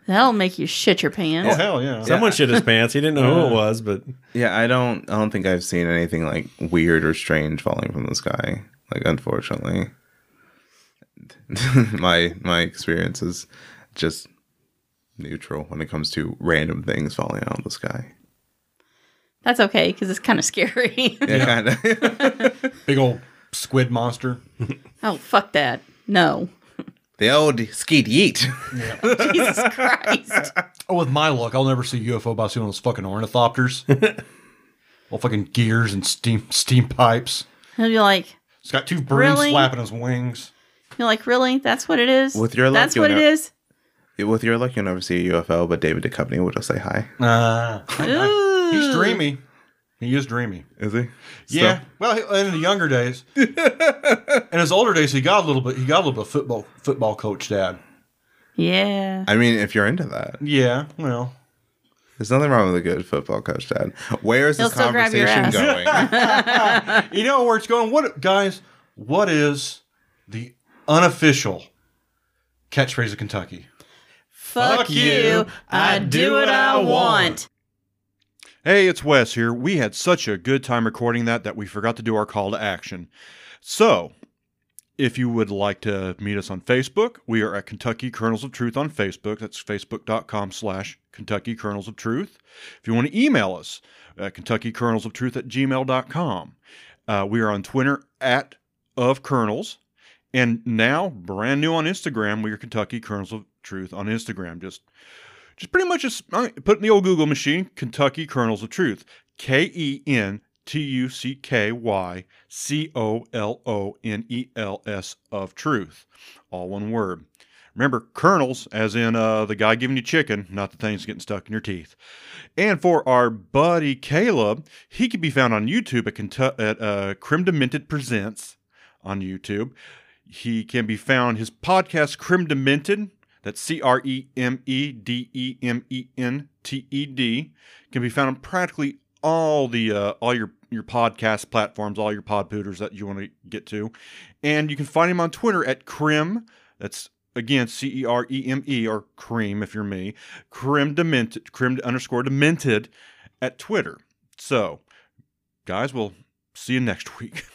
[SPEAKER 1] That'll make you shit your pants.
[SPEAKER 2] Oh hell yeah.
[SPEAKER 3] Someone shit his pants. He didn't know who it was, but
[SPEAKER 4] Yeah, I don't. I don't think I've seen anything like weird or strange falling from the sky. Like, unfortunately, my my experience is just neutral when it comes to random things falling out of the sky.
[SPEAKER 1] That's okay because it's kind of scary.
[SPEAKER 4] Yeah, kinda.
[SPEAKER 2] Big old squid monster.
[SPEAKER 1] oh, fuck that. No.
[SPEAKER 4] the old skeet yeet.
[SPEAKER 1] Jesus Christ.
[SPEAKER 2] Oh, with my luck, I'll never see UFO by seeing those fucking ornithopters. All fucking gears and steam steam pipes.
[SPEAKER 1] He'll be like,
[SPEAKER 2] It's got two brooms
[SPEAKER 1] Really?
[SPEAKER 2] flapping his wings.
[SPEAKER 1] you're like, really? That's what it is?
[SPEAKER 4] With your luck,
[SPEAKER 1] That's
[SPEAKER 4] you'll
[SPEAKER 1] what it
[SPEAKER 4] know-
[SPEAKER 1] is?
[SPEAKER 4] With your luck, you'll never see a UFO, but David Duchovny will just say hi.
[SPEAKER 2] Ah,
[SPEAKER 1] Oh, Ooh.
[SPEAKER 2] he's dreamy. He is dreamy.
[SPEAKER 4] Is he?
[SPEAKER 2] Yeah.
[SPEAKER 4] So-
[SPEAKER 2] Well, he- in the younger days, in his older days, he got a little bit. He got a little bit of football football coach dad.
[SPEAKER 1] Yeah.
[SPEAKER 4] I mean, if you're into that,
[SPEAKER 2] Yeah. Well,
[SPEAKER 4] there's nothing wrong with a good football coach, Dad. Where is
[SPEAKER 1] He'll
[SPEAKER 4] this
[SPEAKER 1] still grab your
[SPEAKER 4] conversation going?
[SPEAKER 2] you know where it's going. What guys? What is the unofficial catchphrase of Kentucky?
[SPEAKER 1] Fuck you. I do what I want.
[SPEAKER 2] Hey, it's Wes here. We had such a good time recording that that we forgot to do our call to action. So, if you would like to meet us on Facebook, we are at Kentucky Kernels of Truth on Facebook. That's facebook.com slash Kentucky Kernels of Truth. If you want to email us, uh, Kentucky Kernels of Truth at gmail.com. Uh, we are on Twitter at of Kernels. And now, brand new on Instagram, we are Kentucky Kernels of Truth on Instagram. Just just pretty much just all right, put in the old Google machine Kentucky Kernels of Truth. K E N T U C K Y C O L O N E L S of Truth. All one word. Remember, kernels, as in uh, the guy giving you chicken, not the things getting stuck in your teeth. And for our buddy Caleb, he can be found on YouTube at, Kentu- at uh, Crim Demented Presents on YouTube. He can be found his podcast Crim Demented. That's C R E M E D E M E N T E D. Can be found on practically all the uh, all your your podcast platforms, all your pod pooters that you want to get to, and you can find him on Twitter at Crim. That's again C E R E M E or Cream if you're me. Crim demented, Crim underscore demented at Twitter. So, guys, we'll see you next week.